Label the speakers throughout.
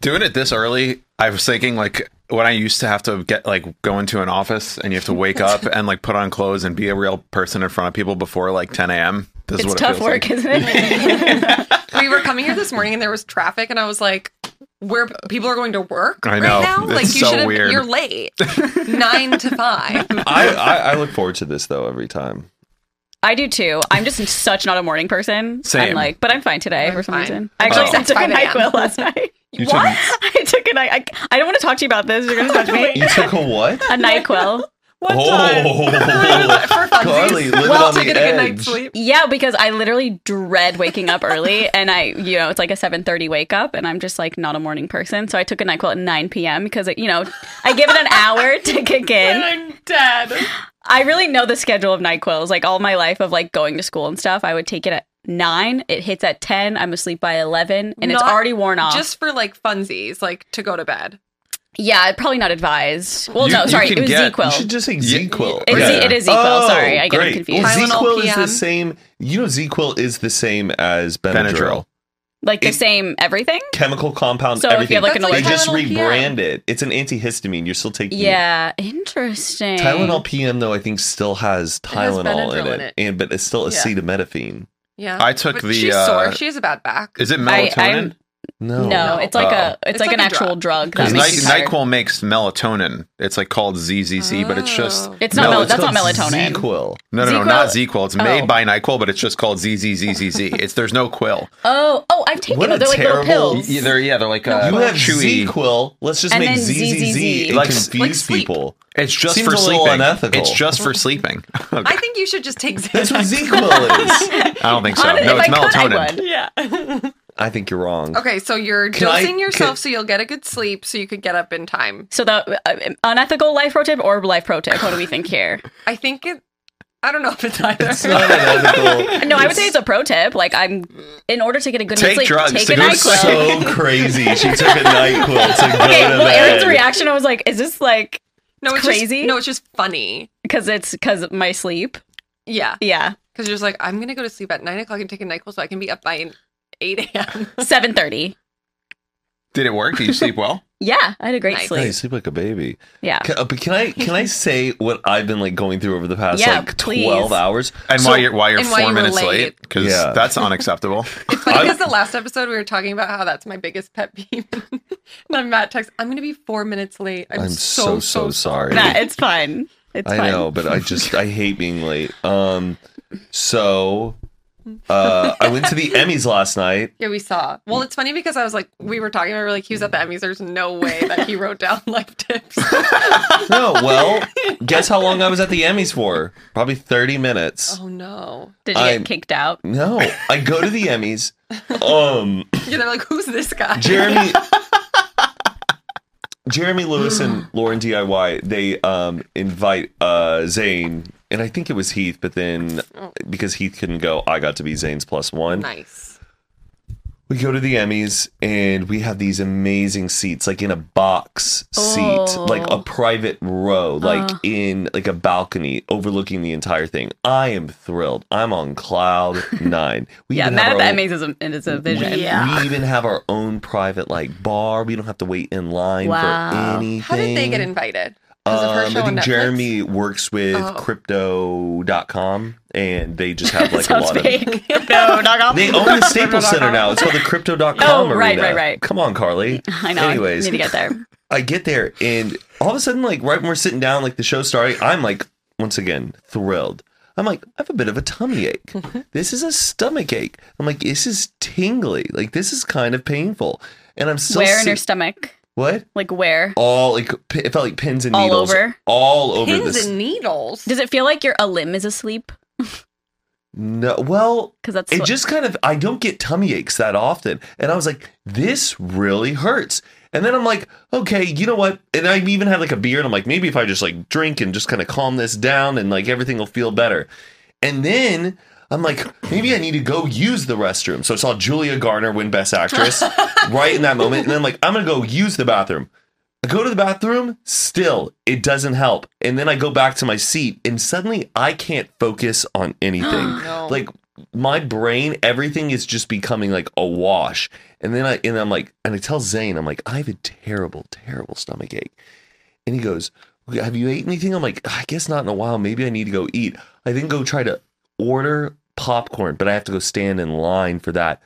Speaker 1: Doing it this early, I was thinking like when I used to have to get like go into an office and you have to wake up and like put on clothes and be a real person in front of people before like 10 a.m. This is
Speaker 2: it's
Speaker 1: what it
Speaker 2: tough
Speaker 1: feels
Speaker 2: work,
Speaker 1: like.
Speaker 2: isn't it?
Speaker 3: we were coming here this morning and there was traffic, and I was like, "Where people are going to work
Speaker 1: I
Speaker 3: right
Speaker 1: know.
Speaker 3: now?
Speaker 1: It's
Speaker 3: like you
Speaker 1: so
Speaker 3: should have.
Speaker 1: weird.
Speaker 3: You're late. Nine to five.
Speaker 4: I, I, I look forward to this though every time.
Speaker 2: I do too. I'm just such not a morning person.
Speaker 1: Same.
Speaker 2: I'm like, but I'm fine today
Speaker 3: I'm
Speaker 2: for some
Speaker 3: fine.
Speaker 2: reason. I actually
Speaker 3: Oh.
Speaker 2: sent took a
Speaker 3: 5 a.m.
Speaker 2: NyQuil last night.
Speaker 4: took-
Speaker 2: what? I took a night. I, I don't want to talk to you about this. You're going to talk to me.
Speaker 4: You took a what?
Speaker 2: A NyQuil.
Speaker 4: Oh,
Speaker 3: For funsies.
Speaker 4: Carly, living
Speaker 3: While
Speaker 4: on the
Speaker 3: taking a good night's
Speaker 4: edge.
Speaker 3: sleep.
Speaker 2: Yeah, because I literally dread waking up early, and I, you know, it's like a seven thirty wake up, and I'm just like not a morning person. So I took a Nyquil at nine p.m. because it, you know I give it an hour to kick in.
Speaker 3: I'm dead.
Speaker 2: I really know the schedule of Nyquil's. Like all my life of like going to school and stuff, I would take it at nine. It hits at ten. I'm asleep by eleven, and it's
Speaker 3: Not
Speaker 2: already worn off.
Speaker 3: Just for like funsies, like to go to bed.
Speaker 2: yeah, probably not advised. Well,
Speaker 1: You-
Speaker 2: no,
Speaker 1: you
Speaker 2: sorry,
Speaker 1: can
Speaker 2: it was
Speaker 1: get-
Speaker 4: You
Speaker 2: Zequil.
Speaker 4: should just say
Speaker 1: Yeah.
Speaker 4: Zequil.
Speaker 2: It's
Speaker 1: Yeah.
Speaker 2: Z- it is Zequil. Sorry, I get
Speaker 4: great.
Speaker 2: confused.
Speaker 4: Well,
Speaker 3: Tylenol
Speaker 4: Zequil is the
Speaker 3: PM.
Speaker 4: same. You know, Zequil is the same as Benadryl.
Speaker 1: Benadryl.
Speaker 2: like the
Speaker 4: it-
Speaker 2: same everything.
Speaker 4: Chemical compound.
Speaker 2: So if you
Speaker 4: everything.
Speaker 2: have, like, an
Speaker 4: they
Speaker 2: allergic-
Speaker 4: just
Speaker 3: Tylenol PM.
Speaker 4: rebrand it. It's an antihistamine. You're still taking. it.
Speaker 2: Yeah, interesting.
Speaker 4: Tylenol PM though I think still has
Speaker 3: has
Speaker 4: Tylenol in
Speaker 3: Benadryl
Speaker 4: it,
Speaker 3: in it.
Speaker 4: and but it's still
Speaker 3: Yeah.
Speaker 4: acetaminophen.
Speaker 3: Yeah.
Speaker 1: I took
Speaker 3: But
Speaker 1: the,
Speaker 3: She's
Speaker 1: uh,
Speaker 3: sore. She has a bad back.
Speaker 1: Is it
Speaker 2: I-
Speaker 1: melatonin?
Speaker 2: I'm-
Speaker 4: No,
Speaker 2: No, it's like
Speaker 4: Uh-oh.
Speaker 2: a it's, like, an
Speaker 3: a
Speaker 2: actual drug. that
Speaker 1: Because
Speaker 2: makes
Speaker 1: Ny-
Speaker 2: you tired.
Speaker 1: NyQuil makes melatonin. It's like called ZZC, but it's just
Speaker 3: Oh.
Speaker 2: It's not
Speaker 1: No,
Speaker 2: mel-
Speaker 1: it's
Speaker 2: that's
Speaker 4: called
Speaker 2: not melatonin.
Speaker 4: Zequil.
Speaker 1: no, no, no,
Speaker 2: Zequil-
Speaker 1: not ZQuil. It's made
Speaker 2: Oh.
Speaker 1: by NyQuil, but it's just called ZZZZZ. It's there's no quill.
Speaker 2: Oh, oh, I've taken
Speaker 4: What a
Speaker 2: them. They're like
Speaker 4: terrible-
Speaker 2: little pills.
Speaker 1: Yeah, they're, yeah, they're like uh,
Speaker 4: You have
Speaker 1: chewy.
Speaker 4: Zequil. Let's just
Speaker 2: And
Speaker 4: make
Speaker 2: then
Speaker 4: ZZZ and
Speaker 2: Like-
Speaker 3: like
Speaker 4: confuse
Speaker 3: sleep.
Speaker 4: people.
Speaker 1: It's just
Speaker 4: Seems
Speaker 1: for
Speaker 4: a little
Speaker 1: sleeping.
Speaker 4: unethical.
Speaker 1: It's just for sleeping.
Speaker 3: I think you should just take
Speaker 4: That's what
Speaker 3: Xanax.
Speaker 4: Zequil is.
Speaker 1: I don't think so.
Speaker 2: Honest-
Speaker 1: No,
Speaker 2: if
Speaker 1: it's
Speaker 2: I could,
Speaker 1: melatonin.
Speaker 2: I would.
Speaker 3: yeah.
Speaker 4: I think you're wrong.
Speaker 3: Okay, so you're
Speaker 4: Can I-
Speaker 3: dosing yourself
Speaker 4: can-
Speaker 3: so you'll get a good sleep so you could get up in time.
Speaker 2: So the uh, unethical life pro tip or life pro tip? What do we think here?
Speaker 3: I think it. I don't know if it's either.
Speaker 4: It's not unethical.
Speaker 2: No, I would say it's a pro tip. Like I'm, in order to get a good
Speaker 1: Take
Speaker 2: night's sleep,
Speaker 1: drugs
Speaker 2: take
Speaker 1: to
Speaker 2: a
Speaker 1: go to
Speaker 2: NyQuil.
Speaker 4: so crazy. She took a NyQuil to go
Speaker 2: okay,
Speaker 4: to
Speaker 2: well,
Speaker 4: bed.
Speaker 2: Aaron's reaction, I was like, is this like
Speaker 3: no, it's
Speaker 2: crazy.
Speaker 3: Just, no, it's just funny.
Speaker 2: because it's because of my sleep?
Speaker 3: Yeah,
Speaker 2: Yeah,
Speaker 3: because you're just like, I'm gonna go to sleep at nine o'clock and take a Nyquil so I can be up by eight a.m.
Speaker 2: seven thirty.
Speaker 1: Did it work? Did you sleep well?
Speaker 2: Yeah, I had a great
Speaker 3: Nice.
Speaker 4: No,
Speaker 2: sleep.
Speaker 4: you sleep like a baby.
Speaker 2: Yeah.
Speaker 4: Can, uh, but can I can I say what I've been like going through over the past
Speaker 2: Yeah,
Speaker 4: like
Speaker 2: please.
Speaker 4: twelve hours?
Speaker 1: And
Speaker 4: So-
Speaker 1: while you're while you're
Speaker 3: and
Speaker 1: four
Speaker 3: while you were
Speaker 1: minutes
Speaker 3: late.
Speaker 1: late, because
Speaker 4: Yeah.
Speaker 1: that's unacceptable.
Speaker 3: It's funny because the last episode we were talking about how that's my biggest pet peeve. and then Matt texts, "I'm gonna be four minutes late. I'm,
Speaker 4: I'm so so sorry.
Speaker 2: Nah, it's fine. It's
Speaker 4: I
Speaker 2: fine.
Speaker 4: know, but I just I hate being late. Um, so uh, I went to the Emmys last night.
Speaker 3: Yeah, we saw. Well, it's funny because I was like, we were talking about we were like he was at the Emmys. There's no way that he wrote down life tips.
Speaker 4: No, well, guess how long I was at the Emmys for? Probably thirty minutes.
Speaker 3: oh no!
Speaker 2: Did you
Speaker 4: I'm-
Speaker 2: get kicked out?
Speaker 4: No, I go to the Emmys. Um,
Speaker 3: Yeah, they're like, who's this guy?
Speaker 4: Jeremy. Jeremy Lewis and Lauren DIY, they um, invite uh, Zane, and I think it was Heath, but then because Heath couldn't go, I got to be Zane's plus one.
Speaker 3: Oh. nice.
Speaker 4: We go to the Emmys and we have these amazing seats, like in a box seat,
Speaker 2: Oh.
Speaker 4: like a private row, like
Speaker 3: Uh.
Speaker 4: in like a balcony overlooking the entire thing. I am thrilled. I'm on cloud nine. We
Speaker 2: Yeah,
Speaker 4: even
Speaker 2: Matt
Speaker 4: have
Speaker 2: at the
Speaker 4: our own-
Speaker 2: Emmys is a, is a vision.
Speaker 4: We, we even have our own private like bar. We don't have to wait in line
Speaker 2: Wow.
Speaker 4: for anything.
Speaker 3: How did they get invited? Because of her
Speaker 4: Um,
Speaker 3: show
Speaker 4: I
Speaker 3: on
Speaker 4: think
Speaker 3: Netflix?
Speaker 4: Jeremy works with
Speaker 3: Oh.
Speaker 4: crypto.com and they just have like a
Speaker 2: Sounds
Speaker 4: lot of
Speaker 2: fake. no, not off.
Speaker 4: They own the Staples Center now. It's called the Crypto.com
Speaker 2: Oh,
Speaker 4: arena.
Speaker 2: right, right, right.
Speaker 4: Come on, Carly.
Speaker 2: I know.
Speaker 4: Anyways,
Speaker 2: I need to get there.
Speaker 4: I get there, and all of a sudden, like right when we're sitting down, like the show starting, I'm like, once again, thrilled. I'm like, I have a bit of a tummy ache. this is a stomach ache. I'm like, this is tingly. Like this is kind of painful. And I'm still
Speaker 2: where in
Speaker 4: sit-
Speaker 2: your stomach?
Speaker 4: what?
Speaker 2: Like where?
Speaker 4: All like p- it felt like pins and
Speaker 2: All
Speaker 4: needles
Speaker 2: over?
Speaker 4: all over
Speaker 3: Pins
Speaker 4: this.
Speaker 3: and needles.
Speaker 2: Does it feel like your a limb is asleep?
Speaker 4: no, well,
Speaker 2: Because that's
Speaker 4: it
Speaker 2: what-
Speaker 4: just kind of i don't get tummy aches that often and i was like this really hurts and then i'm like okay you know what and i even had like a beer and i'm like maybe if i just like drink and just kind of calm this down and like everything will feel better and then i'm like maybe i need to go use the restroom so i saw julia garner win best actress right in that moment and i'm like i'm gonna go use the bathroom I go to the bathroom, still, it doesn't help. And then I go back to my seat, and suddenly I can't focus on anything.
Speaker 3: No.
Speaker 4: Like my brain, everything is just becoming like a wash. And then I and I'm like, and I tell Zane, I'm like, I have a terrible, terrible stomach ache. And he goes, Have you ate anything? I'm like, I guess not in a while. Maybe I need to go eat. I then go try to order popcorn, but I have to go stand in line for that.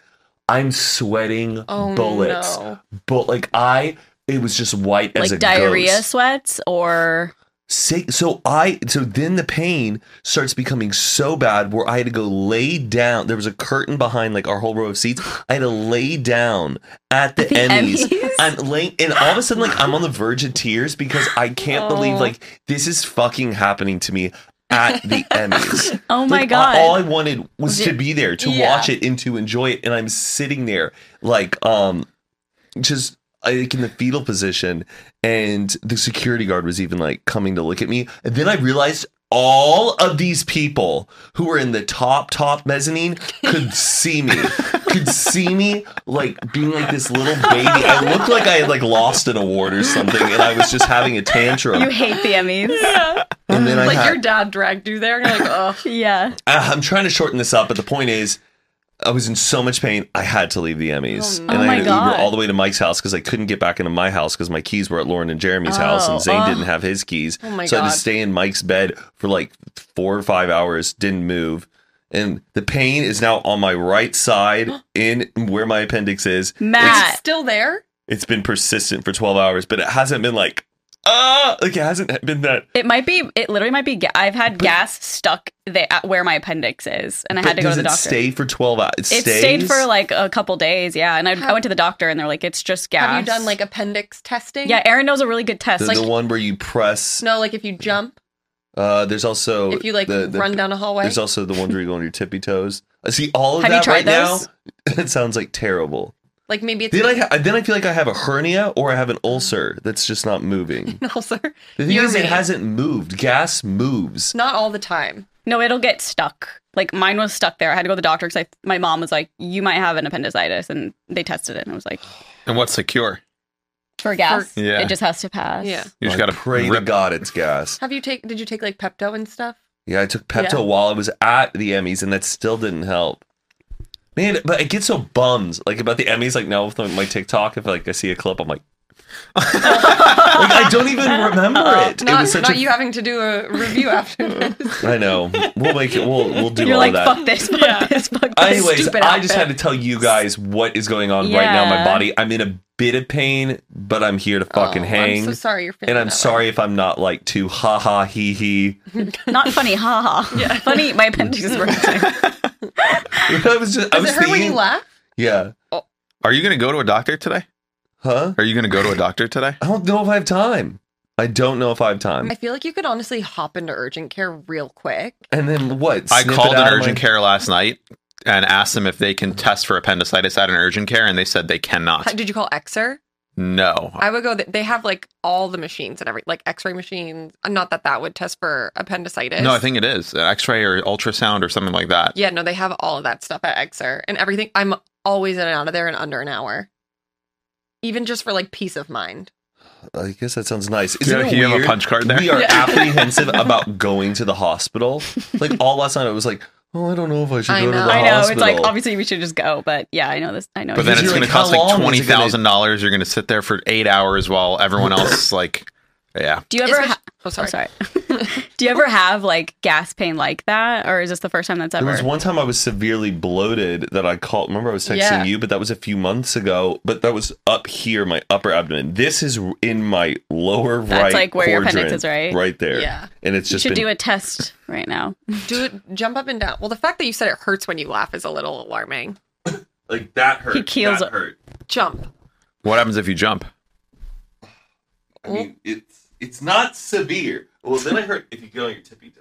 Speaker 4: I'm sweating
Speaker 3: Oh
Speaker 4: bullets.
Speaker 3: no!
Speaker 4: But like I it was just white as a
Speaker 2: like diarrhea
Speaker 4: ghost.
Speaker 2: sweats or
Speaker 4: Say, so I so then the pain starts becoming so bad where I had to go lay down. There was a curtain behind like our whole row of seats. I had to lay down at the,
Speaker 2: The
Speaker 4: Emmys.
Speaker 2: Emmys?
Speaker 4: I'm laying, and all of a sudden like I'm on the verge of tears because I can't believe
Speaker 3: Oh.
Speaker 4: like this is fucking happening to me at the Emmys.
Speaker 2: oh my
Speaker 4: Like,
Speaker 2: god.
Speaker 4: All I wanted was to be there to
Speaker 3: Yeah.
Speaker 4: watch it and to enjoy it, and I'm sitting there like um, just like in the fetal position, and the security guard was even like coming to look at me, and then I realized. All of these people who were in the top top mezzanine could see me, could see me like being like this little baby. I looked like I had like lost an award or something, and I was just having a tantrum.
Speaker 2: you hate the Emmys.
Speaker 3: Yeah.
Speaker 4: and then I
Speaker 3: like
Speaker 4: had,
Speaker 3: your dad dragged you there, and you're like, oh,
Speaker 2: yeah.
Speaker 4: Uh, I'm trying to shorten this up, but the point is, I was in so much pain, I had to leave the Emmys,
Speaker 3: Oh,
Speaker 4: and
Speaker 2: no.
Speaker 4: I
Speaker 2: Oh, my
Speaker 4: had to
Speaker 2: God.
Speaker 4: Uber all the way to Mike's house because I couldn't get back into my house because my keys were at Lauren and Jeremy's house,
Speaker 2: Oh,
Speaker 4: and Zane
Speaker 2: oh.
Speaker 4: didn't have his keys,
Speaker 3: Oh, my
Speaker 4: so I had
Speaker 3: God.
Speaker 4: to stay in Mike's bed for like four or five hours, didn't move, and the pain is now on my right side in where my appendix is.
Speaker 3: it's
Speaker 2: Matt.
Speaker 3: still there.
Speaker 4: It's been persistent for 12 hours, but it hasn't been like, ah, like it hasn't been that
Speaker 2: It might be. It literally might be. Ga- I've had gas stuck there at where my appendix is, and I had
Speaker 4: But
Speaker 2: to go to
Speaker 4: does
Speaker 2: the
Speaker 4: it
Speaker 2: doctor.
Speaker 4: Stay for 12 hours. It,
Speaker 2: it stayed for
Speaker 4: stays?
Speaker 2: like a couple days, yeah. And I, I
Speaker 3: Have-
Speaker 2: went to the doctor, and they're like, "It's just gas."
Speaker 3: Have you done like appendix testing?
Speaker 2: Yeah, Aaron knows a really good test.
Speaker 4: the,
Speaker 2: like,
Speaker 4: the one where you press
Speaker 3: No, like if you jump,
Speaker 4: Uh, there's also
Speaker 3: if you like
Speaker 4: the- the-
Speaker 3: run down a hallway.
Speaker 4: There's also the ones where you go on your tippy toes. I see all of
Speaker 2: Have you
Speaker 4: that right
Speaker 2: tried
Speaker 4: now.
Speaker 2: those?
Speaker 4: It sounds like terrible.
Speaker 3: like maybe it's
Speaker 4: Then I ha- then I feel like I have a hernia or I have an ulcer that's just not moving.
Speaker 3: an ulcer.
Speaker 4: The thing
Speaker 3: You're
Speaker 4: is, it
Speaker 3: me.
Speaker 4: hasn't moved. Gas moves.
Speaker 3: Not all the time.
Speaker 2: no, it'll get stuck. Like mine was stuck there. I had to go to the doctor because my mom was like, "You might have an appendicitis," and they tested it, and I was like,
Speaker 1: And what's the cure?
Speaker 2: "For gas,
Speaker 1: Yeah.
Speaker 2: it just has to pass."
Speaker 3: Yeah.
Speaker 1: You just
Speaker 4: I
Speaker 1: got to
Speaker 4: pray to
Speaker 1: rip.
Speaker 4: God it's gas.
Speaker 3: Have you take? Did you take like Pepto and stuff?
Speaker 4: Yeah, I took Pepto
Speaker 3: Yeah.
Speaker 4: while I was at the Emmys, and that still didn't help. Man, but I get so bummed like about the Emmys. Like now with my TikTok, if like I see a clip, I'm like, like I don't even remember it. it
Speaker 3: Not,
Speaker 4: was such
Speaker 3: not
Speaker 4: a
Speaker 3: you having to do a review after this.
Speaker 4: I know. We'll make it. We'll we'll do
Speaker 2: You're
Speaker 4: all
Speaker 2: like,
Speaker 4: that.
Speaker 2: "Fuck this, fuck
Speaker 3: Yeah.
Speaker 2: this, fuck this."
Speaker 4: Anyways,
Speaker 3: stupid
Speaker 4: I just had
Speaker 3: outfit.
Speaker 4: to tell you guys what is going on right now. in My
Speaker 2: Yeah.
Speaker 4: body. I'm in a bit of pain, but I'm here to fucking
Speaker 3: Oh,
Speaker 4: hang.
Speaker 3: I'm so sorry you're feeling
Speaker 4: and I'm
Speaker 3: that way.
Speaker 4: sorry if I'm not like too ha ha hee hee.
Speaker 2: Not funny, haha. Yeah. Funny, my appendix is working.
Speaker 4: I was just. I
Speaker 3: Does it
Speaker 4: was
Speaker 3: hurt when you
Speaker 4: thinking-
Speaker 3: laugh?
Speaker 4: Yeah.
Speaker 1: Are you going to go to a doctor today?
Speaker 4: Huh?
Speaker 1: Are you going to go to a doctor today?
Speaker 4: I don't know if I have time. I don't know if I have time.
Speaker 3: I feel like you could honestly hop into urgent care real quick.
Speaker 4: And then what?
Speaker 1: I
Speaker 4: Snip it
Speaker 1: called an
Speaker 4: out of my-
Speaker 1: urgent care last night and asked them if they can test for appendicitis at an urgent care, and they said they
Speaker 3: Hi-
Speaker 1: cannot.
Speaker 3: Did you call Xer?
Speaker 1: No.
Speaker 3: I would go. th- They have like all the machines and every like X-ray machines. Uh, Not that that would test for appendicitis.
Speaker 1: No, I think it is an X-ray or ultrasound or something like that.
Speaker 3: Yeah, no, they have all of that stuff at Exer and everything. I'm always in and out of there in under an hour, even just for like peace of mind.
Speaker 4: I guess that sounds nice.
Speaker 1: Do you
Speaker 4: Isn't
Speaker 1: have-
Speaker 4: it
Speaker 1: you have a
Speaker 4: weird?
Speaker 1: punch card there?
Speaker 4: We are
Speaker 3: Yeah.
Speaker 4: apprehensive about going to the hospital. Like all last night, I was like, oh, I don't know if I should
Speaker 3: I
Speaker 4: go to
Speaker 3: know.
Speaker 4: the
Speaker 2: I know.
Speaker 4: hospital.
Speaker 2: It's like obviously we should just go, but yeah, I know this. I know.
Speaker 1: But
Speaker 2: you-
Speaker 1: then it's
Speaker 4: Because you're
Speaker 1: going
Speaker 4: like,
Speaker 1: to
Speaker 4: how
Speaker 1: cost like
Speaker 4: long
Speaker 1: twenty
Speaker 4: is it gonna-
Speaker 1: thousand dollars. You're going to sit there for eight hours while everyone else like, yeah.
Speaker 2: do you ever?
Speaker 3: Especi-
Speaker 2: Ha-
Speaker 3: oh,
Speaker 2: oh,
Speaker 3: sorry.
Speaker 2: sorry. do you ever have like gas pain like that, or is this the first time that's ever?
Speaker 4: There was one time I was severely bloated that I called. Remember, I was texting
Speaker 3: Yeah.
Speaker 4: you, but that was a few months ago. But that was up here, my upper abdomen. This is in my lower right.
Speaker 2: That's like where your
Speaker 4: quadrant,
Speaker 2: appendix is, right?
Speaker 4: Right there.
Speaker 3: Yeah.
Speaker 4: And it's
Speaker 2: you
Speaker 4: just
Speaker 2: should
Speaker 4: been.
Speaker 2: do a test right now.
Speaker 3: Do it. Jump up and down. Well, the fact that you said it hurts when you laugh is a little alarming.
Speaker 4: like that hurt.
Speaker 2: He keels
Speaker 4: that
Speaker 2: up.
Speaker 4: hurt.
Speaker 3: Jump.
Speaker 1: What happens if you jump?
Speaker 4: I mean, it's it's not severe. Well, then I hurt if you get on your tippy toe.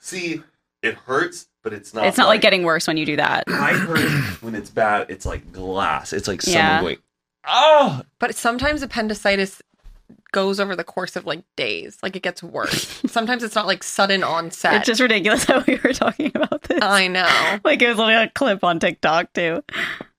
Speaker 4: See, it hurts, but it's not.
Speaker 2: It's not like getting worse when you do that.
Speaker 4: I hurt when it's bad. It's like glass. It's like
Speaker 2: Yeah.
Speaker 4: someone going, oh,
Speaker 3: But sometimes appendicitis goes over the course of like days. Like it gets worse. sometimes it's not like sudden onset.
Speaker 2: It's just ridiculous how we were talking about this.
Speaker 3: I know.
Speaker 2: like it was literally a clip on TikTok too.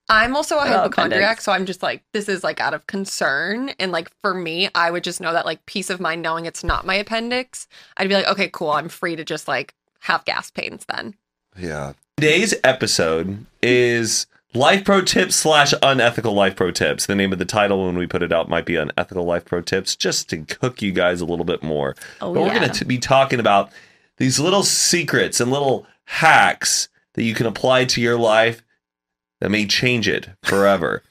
Speaker 3: I'm also a
Speaker 2: Oh,
Speaker 3: hypochondriac,
Speaker 2: appendix.
Speaker 3: so I'm just like, this is like out of concern. And like for me, I would just know that like peace of mind knowing it's not my appendix. I'd be like, okay, cool. I'm free to just like have gas pains then.
Speaker 1: Yeah.
Speaker 4: Today's episode is life pro tips slash unethical life pro tips. The name of the title when we put it out might be unethical life pro tips, just to hook you guys a little bit more.
Speaker 2: Oh,
Speaker 4: but we're
Speaker 2: yeah.
Speaker 4: going to be talking about these little secrets and little hacks that you can apply to your life that may change it forever.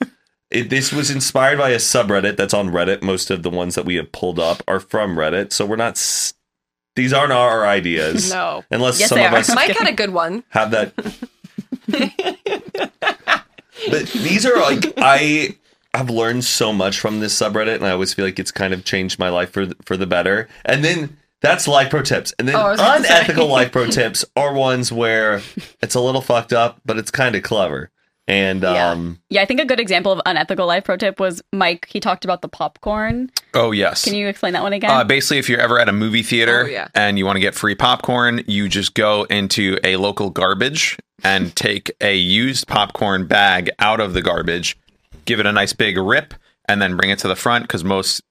Speaker 4: it, this was inspired by a subreddit that's on Reddit. Most of the ones that we have pulled up are from Reddit, so we're not. S- these aren't our ideas,
Speaker 3: No.
Speaker 4: unless
Speaker 2: Yes,
Speaker 4: some
Speaker 2: they
Speaker 4: of
Speaker 2: are.
Speaker 4: us
Speaker 3: Mike had a good one.
Speaker 4: have that. but these are like I have learned so much from this subreddit, and I always feel like it's kind of changed my life for the, for the better. And then that's life pro tips, and then
Speaker 3: Oh, I was gonna say.
Speaker 4: unethical life pro tips are ones where it's a little fucked up, but it's kind of clever. And
Speaker 3: Yeah.
Speaker 4: um,
Speaker 2: Yeah, I think a good example of unethical life pro tip was Mike. He talked about the popcorn.
Speaker 1: Oh yes.
Speaker 2: Can you explain that one again?
Speaker 1: Uh, basically, if you're ever at a movie theater
Speaker 3: Oh, yeah.
Speaker 1: and you want to get free popcorn, you just go into a local garbage and take a used popcorn bag out of the garbage, give it a nice big rip, and then bring it to the front because most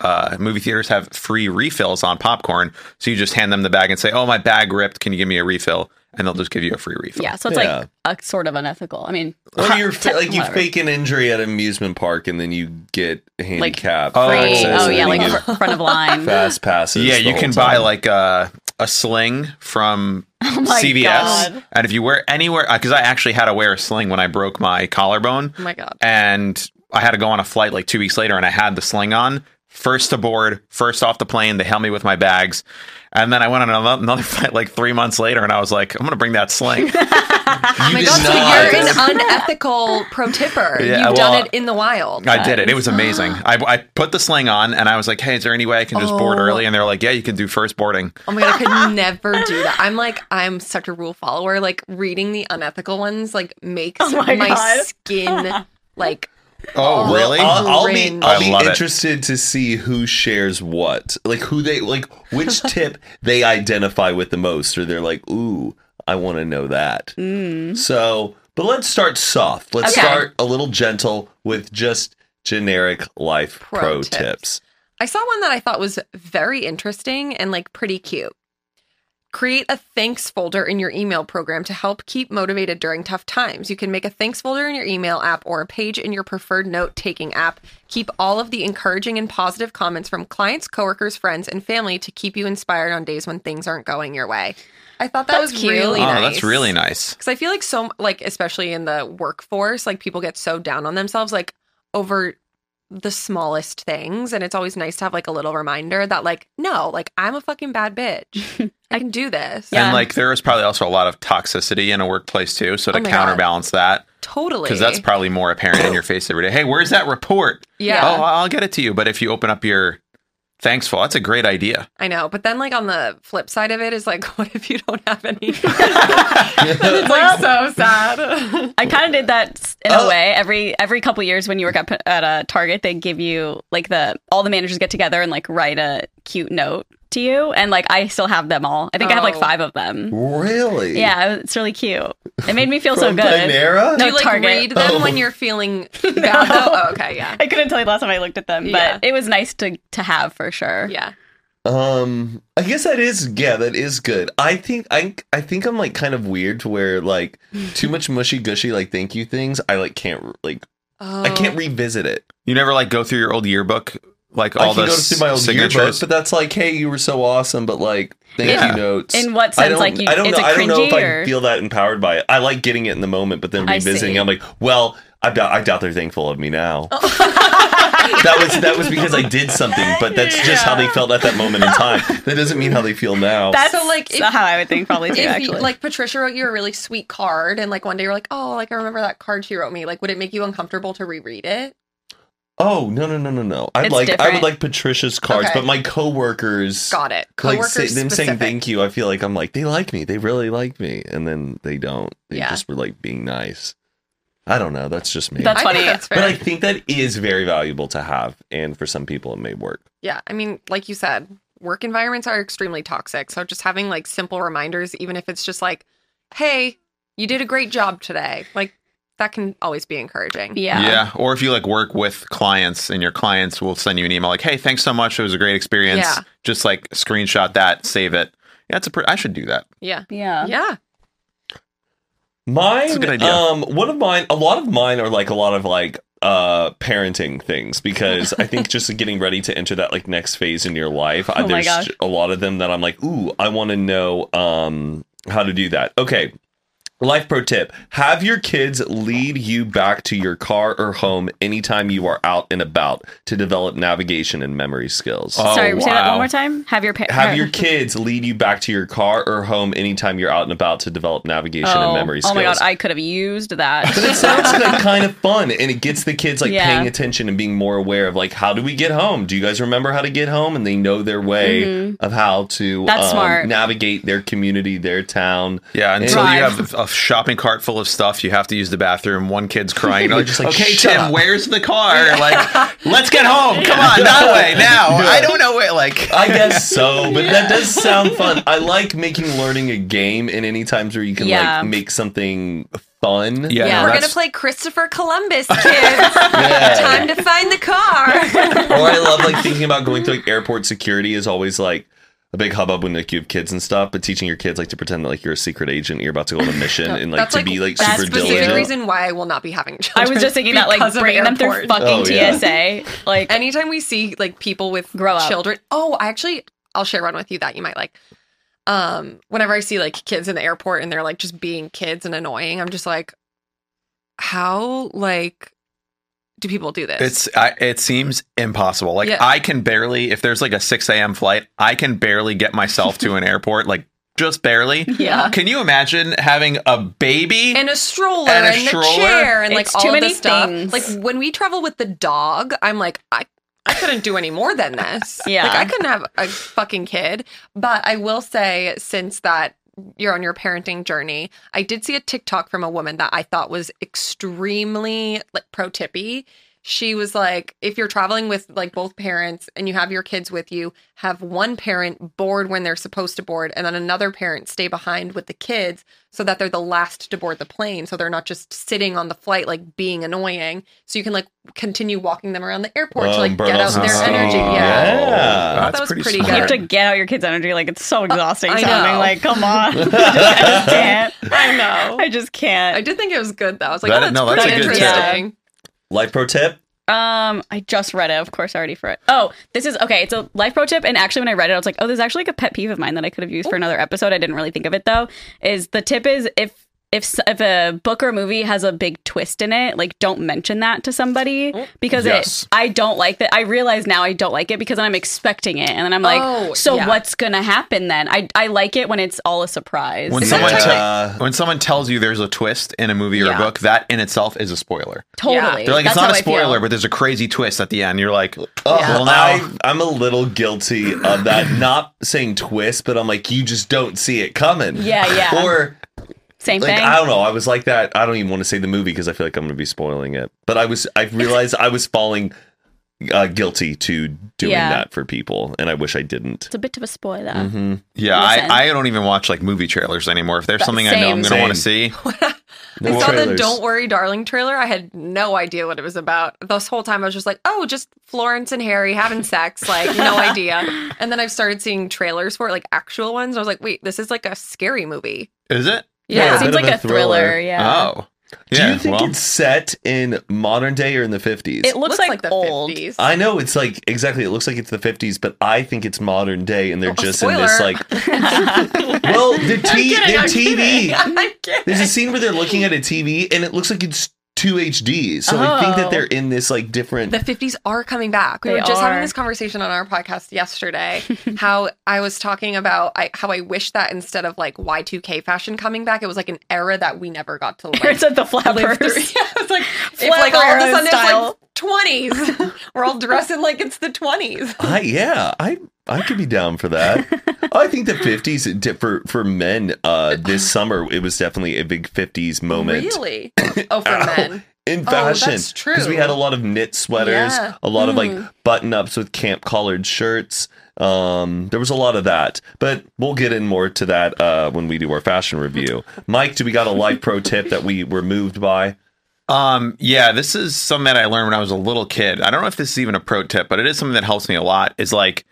Speaker 1: uh, movie theaters have free refills on popcorn. So you just hand them the bag and say, "Oh, my bag ripped. Can you give me a refill?" And they'll just give you a free refill.
Speaker 2: yeah, so it's
Speaker 4: Yeah.
Speaker 2: like a sort of unethical. I mean,
Speaker 4: or you're fa- like you
Speaker 2: Whatever.
Speaker 4: fake an injury at an amusement park, and then you get handicap
Speaker 1: Oh,
Speaker 2: free.
Speaker 1: access
Speaker 2: Oh,
Speaker 1: and
Speaker 2: yeah,
Speaker 1: you
Speaker 2: like
Speaker 1: get-
Speaker 2: fr- front of line.
Speaker 4: fast passes.
Speaker 1: Yeah,
Speaker 4: the
Speaker 1: you
Speaker 4: whole
Speaker 1: can
Speaker 4: time.
Speaker 1: buy like a a sling from
Speaker 2: my
Speaker 1: CVS,
Speaker 2: God.
Speaker 1: and if you wear anywhere, because I actually had to wear a sling when I broke my collarbone,
Speaker 3: Oh my god.
Speaker 1: and I had to go on a flight like two weeks later, and I had the sling on. First aboard, first off the plane, they held me with my bags, and then I went on ano- another flight like three months later, and I was like, I'm gonna bring that sling.
Speaker 4: You
Speaker 3: Oh my
Speaker 4: did
Speaker 3: god, so
Speaker 4: not.
Speaker 3: you're an unethical pro tipper.
Speaker 1: Yeah,
Speaker 3: You've
Speaker 1: well,
Speaker 3: done it in the wild.
Speaker 1: I did it. It was amazing. I, I put the sling on, and I was like, Hey, is there any way I can just board
Speaker 3: Oh.
Speaker 1: early? And they're like, Yeah, you can do first boarding.
Speaker 3: Oh my god, I could never do that. I'm like, I'm such a rule follower. Like reading the unethical ones like makes
Speaker 2: Oh my
Speaker 3: my,
Speaker 2: God.
Speaker 3: skin like
Speaker 1: Oh,
Speaker 4: Well,
Speaker 1: really?
Speaker 4: I'll, I'll be,
Speaker 3: Cringe.
Speaker 1: I
Speaker 4: I'll be
Speaker 1: love it.
Speaker 4: interested to see who shares what, like who they like, which tip they identify with the most, or they're like, "Ooh, I want to know that." So, but let's start soft. Let's
Speaker 2: Mm. Okay.
Speaker 4: start a little gentle with just generic life pro,
Speaker 3: Pro
Speaker 4: tips.
Speaker 3: tips. I saw one that I thought was very interesting and like pretty cute. Create a thanks folder in your email program to help keep motivated during tough times. You can make a thanks folder in your email app or a page in your preferred note taking app. Keep all of the encouraging and positive comments from clients, coworkers, friends, and family to keep you inspired on days when things aren't going your way. I thought that
Speaker 2: That's
Speaker 3: was
Speaker 2: cute.
Speaker 3: really
Speaker 1: oh,
Speaker 3: nice.
Speaker 1: that's really nice.
Speaker 3: Because I feel like so, like especially in the workforce, like people get so down on themselves, like over the smallest things, and it's always nice to have like a little reminder that, like, no, like I'm a fucking bad bitch. I can do this.
Speaker 2: Yeah.
Speaker 1: And like there was probably also a lot of toxicity in a workplace too. So to
Speaker 3: Oh my God.
Speaker 1: counterbalance that,
Speaker 3: totally.
Speaker 1: because that's probably more apparent in your face every day. Hey, where's that report?
Speaker 3: yeah.
Speaker 1: Oh, I'll get it to you. But if you open up your thankful, that's a great idea.
Speaker 3: I know. But then, like on the flip side of it, is like, what if you don't have any? it's like so sad.
Speaker 2: I kind of did that s- in
Speaker 4: Oh.
Speaker 2: a way. Every every couple years, when you work up at a Target, they give you like the all the managers get together and like write a cute note to you, and like I still have them all. I think I have like
Speaker 3: Oh.
Speaker 2: five of them.
Speaker 4: Really?
Speaker 2: Yeah, it's really cute. It made me feel so
Speaker 4: From
Speaker 2: good.
Speaker 4: Panera?
Speaker 3: Do
Speaker 2: No,
Speaker 3: you like
Speaker 2: Target.
Speaker 3: read them when
Speaker 4: Oh.
Speaker 3: you're feeling bad? Though? Oh, okay, yeah,
Speaker 2: I couldn't tell you the last time I looked at them, but
Speaker 3: Yeah.
Speaker 2: it was nice to to have for sure.
Speaker 3: yeah.
Speaker 4: Um, I guess that is yeah, that is good. I think I I think I'm like kind of weird to where like too much mushy gushy like thank you things. I like can't like
Speaker 3: Oh.
Speaker 4: I can't revisit it.
Speaker 1: You never like go through your old yearbook, like
Speaker 4: I
Speaker 1: all
Speaker 4: can
Speaker 1: the
Speaker 4: go through my old
Speaker 1: signatures.
Speaker 4: yearbook, but that's like, hey, you were so awesome, but like, thank
Speaker 1: Yeah.
Speaker 4: you notes.
Speaker 2: In what
Speaker 4: I
Speaker 2: sense?
Speaker 4: don't,
Speaker 2: Like, you,
Speaker 4: I don't
Speaker 2: is
Speaker 4: know.
Speaker 2: it
Speaker 4: I don't know
Speaker 2: cringy
Speaker 4: if I
Speaker 2: or
Speaker 4: feel that empowered by it. I like getting it in the moment, but then
Speaker 2: I
Speaker 4: revisiting,
Speaker 2: see.
Speaker 4: I'm like, well, I doubt, I doubt they're thankful of me now.
Speaker 2: Oh.
Speaker 4: that was that was because I did something, but that's just how they felt at that moment in time. That doesn't mean how they feel now.
Speaker 2: that's
Speaker 3: So, like, if-
Speaker 2: how I would think probably too.
Speaker 3: if you-
Speaker 2: Actually,
Speaker 3: like Patricia wrote you a really sweet card, and like one day you're like, oh, like I remember that card she wrote me. Like, would it make you uncomfortable to reread it?
Speaker 4: oh no no no no no. I would
Speaker 2: It's
Speaker 4: like I would
Speaker 2: different.
Speaker 4: like Patricia's cards,
Speaker 3: Okay.
Speaker 4: but my coworkers
Speaker 3: Got it.
Speaker 4: like
Speaker 3: Coworkers
Speaker 4: say, them saying
Speaker 3: specific.
Speaker 4: thank you, I feel like I'm like they like me, they really like me, and then they don't. They
Speaker 3: Yeah.
Speaker 4: just were like being nice. I don't know. That's just me.
Speaker 2: That's
Speaker 3: I
Speaker 2: funny.
Speaker 3: think that's fair.
Speaker 4: but I think that is very valuable to have, and for some people it may work.
Speaker 3: yeah, I mean, like you said, work environments are extremely toxic. So just having like simple reminders, even if it's just like, hey, you did a great job today, like that can always be encouraging.
Speaker 2: yeah.
Speaker 1: Yeah. Or if you like work with clients and your clients will send you an email like, "Hey, thanks so much. It was a great experience."
Speaker 3: Yeah.
Speaker 1: Just like screenshot that, save it. Yeah, it's a. Pre- I should do that.
Speaker 3: Yeah.
Speaker 2: yeah,
Speaker 3: Yeah.
Speaker 4: Mine,
Speaker 1: That's a good idea.
Speaker 4: um, one of mine, a lot of mine are like a lot of like uh parenting things because I think just getting ready to enter that like next phase in your life, I
Speaker 2: Oh my
Speaker 4: there's
Speaker 2: gosh.
Speaker 4: a lot of them that I'm like, ooh, I want to know um how to do that. Okay. Life pro tip have your kids lead you back to your car or home anytime you are out and about to develop navigation and memory skills.
Speaker 1: Oh,
Speaker 2: Sorry, say that
Speaker 1: wow.
Speaker 2: one more time. Have your pa-
Speaker 4: have your kids lead you back to your car or home anytime you're out and about to develop navigation and
Speaker 2: oh,
Speaker 4: memory
Speaker 2: oh
Speaker 4: skills.
Speaker 2: my god, I could have used that.
Speaker 4: But it sounds like kind of fun, and it gets the kids like
Speaker 2: Yeah.
Speaker 4: paying attention and being more aware of like how do we get home? Do you guys remember how to get home? And they know their way of how to
Speaker 2: Mm-hmm.
Speaker 4: um,
Speaker 2: That's smart.
Speaker 4: navigate their community, their town.
Speaker 1: Yeah, until you
Speaker 2: Drive.
Speaker 1: have a shopping cart full of stuff, you have to use the bathroom. One kid's crying. You're like,
Speaker 4: Just like,
Speaker 1: okay,
Speaker 4: "Shut
Speaker 1: Tim,
Speaker 4: up."
Speaker 1: where's the car? Like, let's get home. Come on, that way now. I don't know where. Like,
Speaker 4: I guess so, but that does sound fun. I like making learning a game, and any times where you can
Speaker 2: Yeah.
Speaker 4: like make something fun.
Speaker 1: Yeah,
Speaker 2: Yeah.
Speaker 1: no,
Speaker 3: We're
Speaker 1: that's-
Speaker 3: gonna play Christopher Columbus, kids. Time to find the car.
Speaker 4: or Oh, I love like thinking about going to like airport security is always like a big hubbub when like you have kids and stuff, but teaching your kids like to pretend that like you're a secret agent, you're about to go on a mission, and like
Speaker 3: That's
Speaker 4: to
Speaker 3: like
Speaker 4: be like
Speaker 2: that's
Speaker 4: super
Speaker 3: specific
Speaker 4: diligent.
Speaker 3: reason why I will not be having children.
Speaker 2: I was just thinking that, like
Speaker 3: because of
Speaker 2: bringing them through
Speaker 3: airport.
Speaker 2: fucking
Speaker 4: Oh, yeah.
Speaker 2: TSA. Like,
Speaker 3: Anytime we see like people with
Speaker 2: Grow up.
Speaker 3: children. Oh, I actually I'll share one with you that you might like. Um, whenever I see like kids in the airport and they're like just being kids and annoying, I'm just like, how like do people do this?
Speaker 1: It's I, it seems impossible. Like
Speaker 3: Yeah.
Speaker 1: I can barely, if there's like a six a.m. flight, I can barely get myself to an airport. Like just barely.
Speaker 2: yeah.
Speaker 1: Can you imagine having a baby?
Speaker 3: and a stroller
Speaker 1: And
Speaker 3: and,
Speaker 1: a
Speaker 3: a
Speaker 1: stroller?
Speaker 3: chair and like
Speaker 2: It's
Speaker 3: all
Speaker 2: too
Speaker 3: of
Speaker 2: many
Speaker 3: this stuff.
Speaker 2: things.
Speaker 3: Like when we travel with the dog, I'm like, I I couldn't do any more than this.
Speaker 2: Yeah.
Speaker 3: Like I couldn't have a fucking kid. But I will say, since that you're on your parenting journey, I did see a TikTok from a woman that I thought was extremely like pro tippy. She was like, if you're traveling with like both parents and you have your kids with you, have one parent board when they're supposed to board and then another parent stay behind with the kids so that they're the last to board the plane so they're not just sitting on the flight like being annoying so you can like continue walking them around the airport to
Speaker 4: Um,
Speaker 3: like
Speaker 4: burn
Speaker 3: get
Speaker 4: off
Speaker 3: out
Speaker 4: some
Speaker 3: their
Speaker 4: steam.
Speaker 3: energy
Speaker 1: Oh,
Speaker 3: yeah,
Speaker 4: Yeah.
Speaker 1: that's
Speaker 3: that was
Speaker 1: pretty,
Speaker 3: pretty
Speaker 1: smart.
Speaker 2: You have
Speaker 3: good.
Speaker 2: to get out your kids' energy. Like it's so exhausting
Speaker 3: Uh, I
Speaker 2: sounding.
Speaker 3: know.
Speaker 2: Like, come on. I just can't.
Speaker 3: i know
Speaker 2: I just can't.
Speaker 3: i did think it was good though i was like
Speaker 1: That-
Speaker 3: oh, that's
Speaker 1: no, that's
Speaker 3: pretty
Speaker 2: a good tip.
Speaker 3: interesting
Speaker 4: Life pro tip.
Speaker 2: Um, I just read it. Of course, I already for it. Oh, this is okay. It's a life pro tip. And actually, when I read it, I was like, oh, this is actually like a pet peeve of mine that I could have used for another episode. I didn't really think of it though. Is the tip is if if s- if a book or movie has a big twist in it, like don't mention that to somebody because
Speaker 1: Yes.
Speaker 2: it. I don't like that. I realize now I don't like it because I'm expecting it, and then I'm like,
Speaker 3: Oh,
Speaker 2: so
Speaker 3: yeah.
Speaker 2: what's gonna happen then? I I like it when it's all a surprise.
Speaker 1: When
Speaker 2: It's
Speaker 1: someone
Speaker 2: like-
Speaker 3: Sometimes
Speaker 1: te-
Speaker 4: I-
Speaker 1: when someone tells you there's a twist in a movie or a
Speaker 3: Yeah.
Speaker 1: book, that in itself is a spoiler.
Speaker 2: totally,
Speaker 1: They're like,
Speaker 2: That's
Speaker 1: it's not
Speaker 2: how
Speaker 1: a
Speaker 2: I feel.
Speaker 1: spoiler, but there's a crazy twist at the end. You're like, oh,
Speaker 4: Oh,
Speaker 1: well, now
Speaker 4: I, I'm a little guilty of that. Not saying twist, but I'm like, you just don't see it coming.
Speaker 2: Yeah, yeah.
Speaker 4: Or
Speaker 2: Same
Speaker 4: like
Speaker 2: thing.
Speaker 4: I don't know. I was like that. I don't even want to say the movie because I feel like I'm going to be spoiling it. But I was. I realized I was falling uh, guilty to doing
Speaker 2: Yeah.
Speaker 4: that for people, and I wish I didn't.
Speaker 2: it's a bit of a spoiler.
Speaker 1: Mm-hmm. yeah,
Speaker 2: Listen.
Speaker 1: I, I don't even watch like movie trailers anymore. If there's something I know I'm
Speaker 2: same.
Speaker 1: going to want to see,
Speaker 4: No
Speaker 3: i saw the
Speaker 4: trailers.
Speaker 3: don't worry darling trailer i had no idea what it was about this whole time i was just like oh just florence and harry having sex like no idea and then i've started seeing trailers for it like actual ones i was like wait this is like a scary movie
Speaker 1: is it?
Speaker 2: Yeah,
Speaker 4: Yeah, a
Speaker 2: it seems
Speaker 4: bit of
Speaker 2: like
Speaker 4: a
Speaker 2: a thriller.
Speaker 4: thriller.
Speaker 2: Yeah.
Speaker 1: Oh.
Speaker 4: Do
Speaker 1: Yeah,
Speaker 4: you think
Speaker 1: well.
Speaker 4: it's set in modern day or in the 50s?
Speaker 2: It looks, like,
Speaker 3: the
Speaker 2: old.
Speaker 3: 50s
Speaker 4: I know it's like exactly. It looks like it's the 50s, but I think it's modern day, and they're
Speaker 3: Oh,
Speaker 4: just in this
Speaker 3: spoiler.
Speaker 4: like. well, the t-
Speaker 3: kidding,
Speaker 4: their
Speaker 3: I'm
Speaker 4: TV.
Speaker 3: kidding. I'm kidding.
Speaker 4: There's a scene where they're looking at a TV, and it looks like it's two HD. So I think that
Speaker 2: Oh.
Speaker 4: they're in this like different.
Speaker 3: The 50s are coming back. We
Speaker 2: They
Speaker 3: were just
Speaker 2: are.
Speaker 3: having this conversation on our podcast yesterday. how I was talking about I, how I wish that instead of like Y2K fashion coming back, it was like an era that we never got to like,
Speaker 2: It's at the
Speaker 3: live through.
Speaker 2: flappers.
Speaker 3: Yeah, it's like if
Speaker 2: Flapper
Speaker 3: like all of a sudden
Speaker 2: style.
Speaker 3: it's like 20s. we're all dressing like it's the 20s.
Speaker 4: I yeah, I I could be down for that. I think the fifties for for men uh this summer it was definitely a big fifties moment
Speaker 3: Really? Oh, for
Speaker 4: Ow.
Speaker 3: men.
Speaker 4: in
Speaker 3: Oh,
Speaker 4: fashion.
Speaker 3: that's true.
Speaker 4: we had a lot of knit sweaters,
Speaker 3: Yeah. Mm.
Speaker 4: a lot of like button ups with camp collared shirts. Um, there was a lot of that, but we'll get in more to that uh when we do our fashion review. Mike, do we got a life pro tip that we were moved by?
Speaker 1: Um, yeah, this is something that I learned when I was a little kid. I don't know if this is even a pro tip, but it is something that helps me a lot. Is like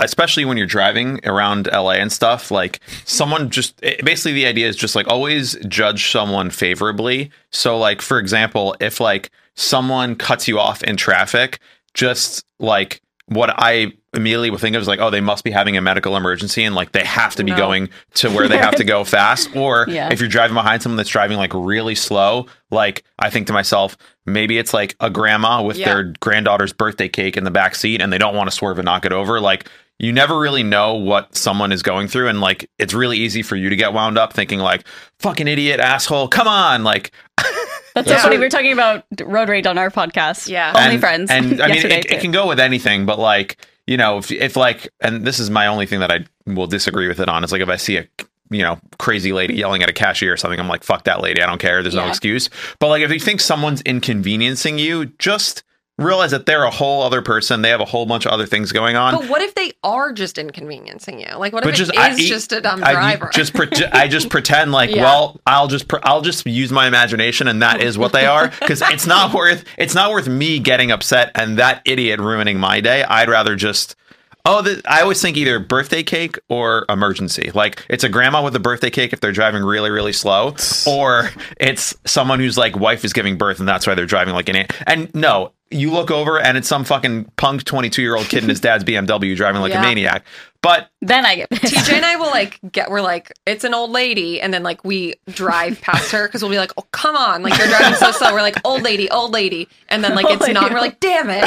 Speaker 1: especially when you're driving around LA and stuff, like someone just it- basically the idea is just like always judge someone favorably. So like for example, if like someone cuts you off in traffic, just like what I immediately would think of is like, oh, they must be having a medical emergency and like they have to be
Speaker 3: No.
Speaker 1: going to where they have to go fast. Or
Speaker 2: Yeah.
Speaker 1: if you're driving behind someone that's driving like really slow, like I think to myself, maybe it's like a grandma with
Speaker 3: Yeah.
Speaker 1: their granddaughter's birthday cake in the back seat and they don't want to swerve and knock it over. Like you never really know what someone is going through and like it's really easy for you to get wound up thinking like fucking idiot asshole come on like
Speaker 2: That's
Speaker 3: Yeah.
Speaker 2: so funny. We were talking about road rage on our podcast.
Speaker 3: Yeah.
Speaker 2: Only
Speaker 1: and-
Speaker 2: friends.
Speaker 1: And I mean,
Speaker 2: yesterday,
Speaker 1: it, it
Speaker 2: too.
Speaker 1: can go with anything, but like, you know, if, if like, and this is my only thing that I will disagree with it on is like if I see a, you know, crazy lady yelling at a cashier or something, I'm like, fuck that lady. I don't care. There's no
Speaker 2: Yeah.
Speaker 1: excuse. But like, if you think someone's inconveniencing you, just realize that they're a whole other person. They have a whole bunch of other things going on.
Speaker 3: But what if they are just inconveniencing you? Like, what if it is
Speaker 1: I-
Speaker 3: just a dumb
Speaker 1: I
Speaker 3: driver?
Speaker 1: just pret I just pretend like
Speaker 3: Yeah.
Speaker 1: well I'll just pre- I'll just use my imagination and that is what they are because it's not worth it's not worth me getting upset and that idiot ruining my day. I'd rather just oh the, I always think either birthday cake or emergency. Like it's a grandma with a birthday cake if they're driving really really slow, or it's someone who's like wife is giving birth and that's why they're driving like an a- and no. You look over and it's some fucking punk 22 year old kid in his dad's BMW driving like
Speaker 3: Yeah.
Speaker 1: a maniac. But
Speaker 2: then I get pissed.
Speaker 3: TJ and I will like get we're like it's an old lady, and then like we drive past her because we'll be like, oh come on, like you're driving so slow. We're like old lady, old lady, and then like it's
Speaker 2: Old
Speaker 3: not.
Speaker 2: lady.
Speaker 3: We're like damn it,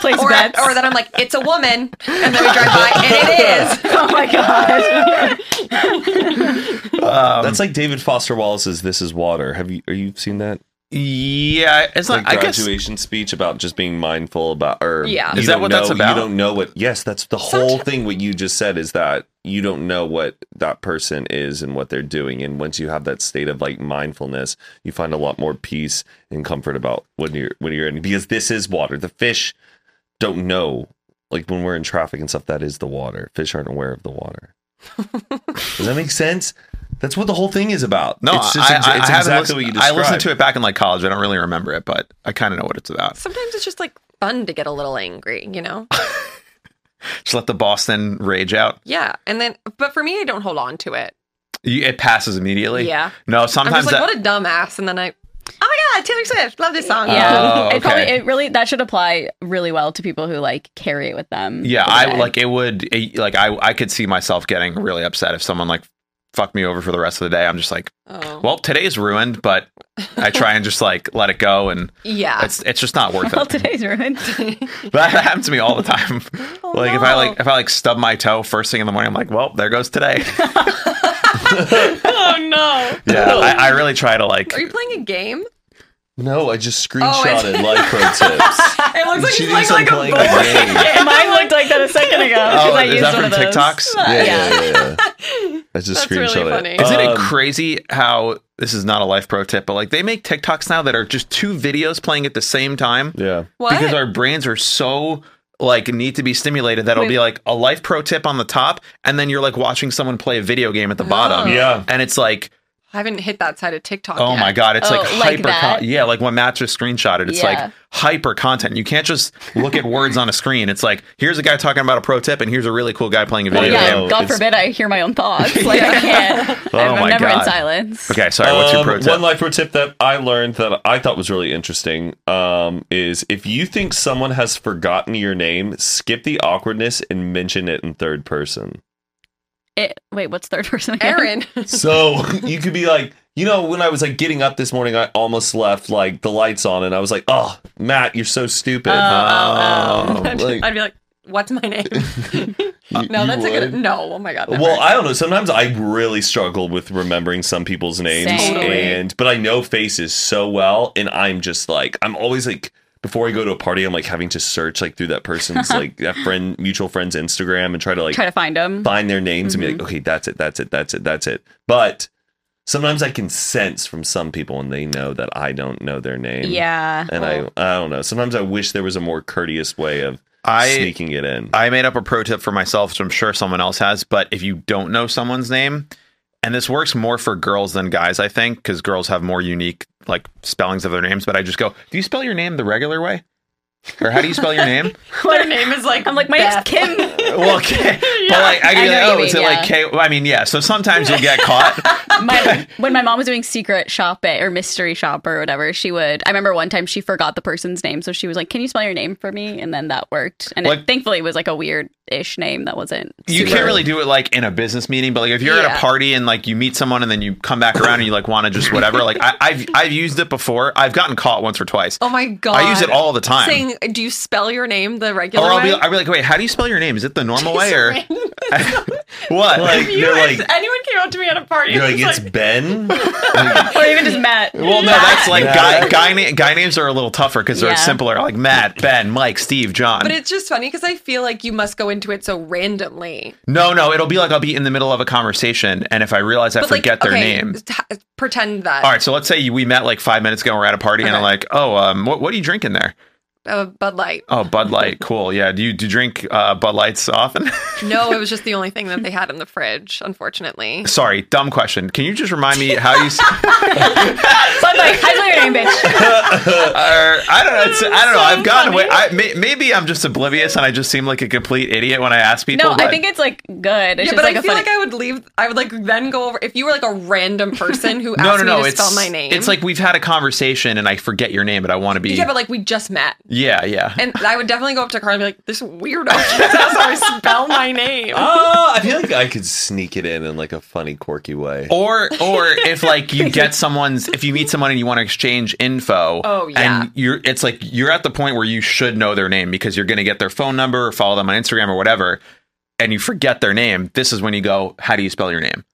Speaker 2: Place
Speaker 3: or
Speaker 2: bets.
Speaker 3: or then I'm like it's a woman, and then we drive by and
Speaker 2: oh
Speaker 3: it is.
Speaker 2: my god.
Speaker 4: That's like David Foster Wallace's "This Is Water." Have you? Are you seen that?
Speaker 1: Yeah, it's
Speaker 4: Like
Speaker 1: not. I guess
Speaker 4: graduation speech about just being mindful about, or
Speaker 3: Yeah.
Speaker 4: you
Speaker 1: Is that
Speaker 4: don't
Speaker 1: what
Speaker 4: know,
Speaker 1: that's about?
Speaker 4: You don't know what. Yes, that's the whole thing. What you just said is that you don't know what that person is and what they're doing. And once you have that state of like mindfulness, you find a lot more peace and comfort about when you're when you're in because this is water. The fish don't know. Like when we're in traffic and stuff, that is the water. Fish aren't aware of the water. Does that make sense? That's what the whole thing is about.
Speaker 1: no.
Speaker 4: it's just
Speaker 1: I,
Speaker 4: ex-
Speaker 1: I,
Speaker 4: it's
Speaker 1: I haven't
Speaker 4: exactly
Speaker 1: listened-
Speaker 4: what you
Speaker 1: I
Speaker 4: described.
Speaker 1: listened to it back in like college. I don't really remember it, but I kind of know what it's about.
Speaker 3: Sometimes it's just like fun to get a little angry, you know?
Speaker 1: Just let the Boston rage out.
Speaker 3: Yeah, and then but for me, I don't hold on to it.
Speaker 1: You, it passes immediately.
Speaker 3: Yeah.
Speaker 1: No,
Speaker 3: I'm
Speaker 1: sometimes
Speaker 3: just like
Speaker 1: that,
Speaker 3: what a dumbass, and then I, oh my god, Taylor Swift, love this song.
Speaker 2: Yeah.
Speaker 1: Oh,
Speaker 2: It probably
Speaker 1: okay.
Speaker 2: it really that should apply really well to people who like carry it with them.
Speaker 1: yeah.
Speaker 2: for the
Speaker 1: I
Speaker 2: day.
Speaker 1: like it would it- like I I could see myself getting really upset if someone like fucked me over for the rest of the day. I'm just like,
Speaker 3: Oh.
Speaker 1: well, today's ruined, but I try and just like let it go, and
Speaker 3: yeah.
Speaker 1: it's it's just not worth
Speaker 2: Well,
Speaker 1: it.
Speaker 2: today's ruined.
Speaker 1: That happens to me all the time.
Speaker 3: Oh,
Speaker 1: like if I
Speaker 3: no.
Speaker 1: like if I like stub my toe first thing in the morning, I'm like, well, there goes today.
Speaker 3: oh no.
Speaker 1: Yeah, I, I really try to like.
Speaker 3: Are you playing a game?
Speaker 4: No, I just
Speaker 3: screenshotted
Speaker 4: screenshotted life pro tips.
Speaker 3: It looks
Speaker 4: She thinks I'm playing a game.
Speaker 2: Mine looked like that a second ago. 'cause
Speaker 1: Oh,
Speaker 2: I
Speaker 1: is
Speaker 2: used
Speaker 1: that
Speaker 2: one
Speaker 1: from
Speaker 2: of those.
Speaker 1: TikToks?
Speaker 4: Yeah, yeah, yeah. yeah. I just
Speaker 3: That's really
Speaker 4: screenshotted.
Speaker 3: funny.
Speaker 4: it.
Speaker 1: Isn't it
Speaker 4: Um,
Speaker 1: crazy how this is not a life pro tip, but like they make TikToks now that are just two videos playing at the same time
Speaker 4: Yeah.
Speaker 3: What?
Speaker 1: because our brains are so like need to be stimulated that it'll
Speaker 2: Wait.
Speaker 1: be like a life pro tip on the top, and then you're like watching someone play a video game at the bottom.
Speaker 2: Oh.
Speaker 4: Yeah.
Speaker 1: and it's like,
Speaker 3: I haven't hit that side of TikTok.
Speaker 1: oh
Speaker 3: yet.
Speaker 1: my god, it's
Speaker 2: Oh,
Speaker 1: like
Speaker 2: like
Speaker 1: hyper.
Speaker 2: that?
Speaker 1: con- yeah, like when Matt just screenshotted, it's
Speaker 2: Yeah.
Speaker 1: like hyper content. You can't just look at words on a screen. It's like here's a guy talking about a pro tip, and here's a really cool guy playing a
Speaker 2: Well,
Speaker 1: video
Speaker 2: yeah,
Speaker 1: game.
Speaker 4: Oh,
Speaker 2: God
Speaker 4: it's-
Speaker 2: forbid I hear my own thoughts. Like I can't.
Speaker 1: Oh,
Speaker 2: I'm,
Speaker 1: my
Speaker 2: I'm never
Speaker 1: God.
Speaker 2: in silence.
Speaker 1: Okay, sorry. What's your
Speaker 4: Um,
Speaker 1: pro tip?
Speaker 4: One life pro tip that I learned that I thought was really interesting um, is if you think someone has forgotten your name, skip the awkwardness and mention it in third person.
Speaker 2: It, wait, what's third person? Again?
Speaker 3: Aaron.
Speaker 4: So you could be like, you know, when I was like getting up this morning, I almost left like the lights on, and I was like, oh, Matt, you're so stupid.
Speaker 1: Oh,
Speaker 3: I'd
Speaker 4: like-
Speaker 3: I'd be like, what's my name?
Speaker 4: You-
Speaker 3: no,
Speaker 4: you
Speaker 3: that's a
Speaker 4: would?
Speaker 3: good. No, oh my god. never.
Speaker 4: Well, I don't know. Sometimes I really struggle with remembering some people's names,
Speaker 2: Same.
Speaker 3: Totally.
Speaker 4: and but I know faces so well, and I'm just like I'm always like before I go to a party, I'm like having to search like through that person's like that friend mutual friend's Instagram and try to like
Speaker 2: Try to find him.
Speaker 4: find their names and be like, okay, that's it, that's it, that's it, that's it. But sometimes I can sense from some people, and they know that I don't know their name.
Speaker 2: Yeah.
Speaker 4: And
Speaker 2: well,
Speaker 4: I, I don't know. Sometimes I wish there was a more courteous way of
Speaker 1: I-
Speaker 4: sneaking it in.
Speaker 1: I made up a pro tip for myself, which I'm sure someone else has, but if you don't know someone's name, and this works more for girls than guys, I think, because girls have more unique like spellings of their names, but I just go, Do you spell your name the regular way? Or how do you spell your name?
Speaker 3: Their name is like
Speaker 2: I'm like, my name's
Speaker 3: Beth.
Speaker 2: Kim.
Speaker 1: well, okay. But like, I could
Speaker 2: I
Speaker 1: be
Speaker 2: know
Speaker 1: like,
Speaker 2: what you
Speaker 1: oh, is
Speaker 2: mean,
Speaker 1: it like K? I mean, yeah. So sometimes you'll get caught.
Speaker 2: My, when my mom was doing secret shopping or mystery shop or whatever, she would. I remember one time she forgot the person's name, so she was like, "Can you spell your name for me?" And then that worked, and
Speaker 1: Like-
Speaker 2: it thankfully was like a weird-ish name that wasn't.
Speaker 1: You
Speaker 2: super-
Speaker 1: can't really do it like in a business meeting, but like if you're at
Speaker 2: Yeah.
Speaker 1: a party and like you meet someone and then you come back around and you like want to just whatever. Like I, I've I've used it before. I've gotten caught once or twice.
Speaker 3: Oh my god!
Speaker 1: I use it all the time.
Speaker 3: Saying, do you spell your name the regular
Speaker 1: or I'll
Speaker 3: way?
Speaker 1: be I'll be like, wait, how do you spell your name? Is it the normal way or
Speaker 3: Sorry.
Speaker 1: what?
Speaker 4: Like they're like
Speaker 3: anyone came up to me at a party,
Speaker 4: you're
Speaker 3: and
Speaker 4: like
Speaker 3: was
Speaker 4: it's Ben.
Speaker 2: or even just Matt.
Speaker 1: well, no, that's like guy
Speaker 4: Yeah.
Speaker 1: guy, na- guy names are a little tougher because they're
Speaker 2: Yeah.
Speaker 1: simpler. Like Matt, Ben, Mike, Steve, John.
Speaker 3: But it's just funny because I feel like you must go into it so randomly.
Speaker 1: no, no, it'll be like I'll be in the middle of a conversation, and if I realize I
Speaker 3: But
Speaker 1: forget
Speaker 3: like,
Speaker 1: their
Speaker 3: okay,
Speaker 1: name,
Speaker 3: t- pretend that
Speaker 1: All right, so let's say you- we met like five minutes ago. and We're at a party, and I'm
Speaker 3: Okay.
Speaker 1: like, "Oh, um, what, what are you drinking there?
Speaker 3: uh, Bud Light.
Speaker 1: Oh, Bud Light. Cool. Yeah. Do you do you drink uh, Bud Lights often?
Speaker 3: No, it was just the only thing that they had in the fridge, unfortunately.
Speaker 1: Sorry, dumb question. Can you just remind me how you? s- or,
Speaker 2: So I'm like, "How do you spell your name, bitch?"
Speaker 1: Uh, I don't know. It's, I don't know.
Speaker 3: So
Speaker 1: I've gotten
Speaker 3: funny.
Speaker 1: away. I, may, maybe I'm just oblivious, and I just seem like a complete idiot when I ask people.
Speaker 2: No, I
Speaker 1: but-
Speaker 2: think it's like good. It's
Speaker 3: yeah,
Speaker 2: just
Speaker 3: but
Speaker 2: like
Speaker 3: I
Speaker 2: a
Speaker 3: feel
Speaker 2: funny.
Speaker 3: like I would leave. I would like then go over if you were like a random person who
Speaker 1: no,
Speaker 3: asked
Speaker 1: no, no.
Speaker 3: me to
Speaker 1: it's
Speaker 3: spell my name.
Speaker 1: It's like we've had a conversation, and I forget your name, but I want to be.
Speaker 3: yeah, but like we just met,
Speaker 1: yeah, yeah.
Speaker 3: and I would definitely go up to Carl and be like, "This weirdo keeps asking me to spell my name."
Speaker 4: Oh, I feel like I could sneak it in in like a funny, quirky way.
Speaker 1: or or if like you get someone's if you meet someone and you want to exchange info
Speaker 3: Oh, yeah.
Speaker 1: and you're it's like you're at the point where you should know their name because you're going to get their phone number or follow them on instagram or whatever and you forget their name this is when you go how do you spell your name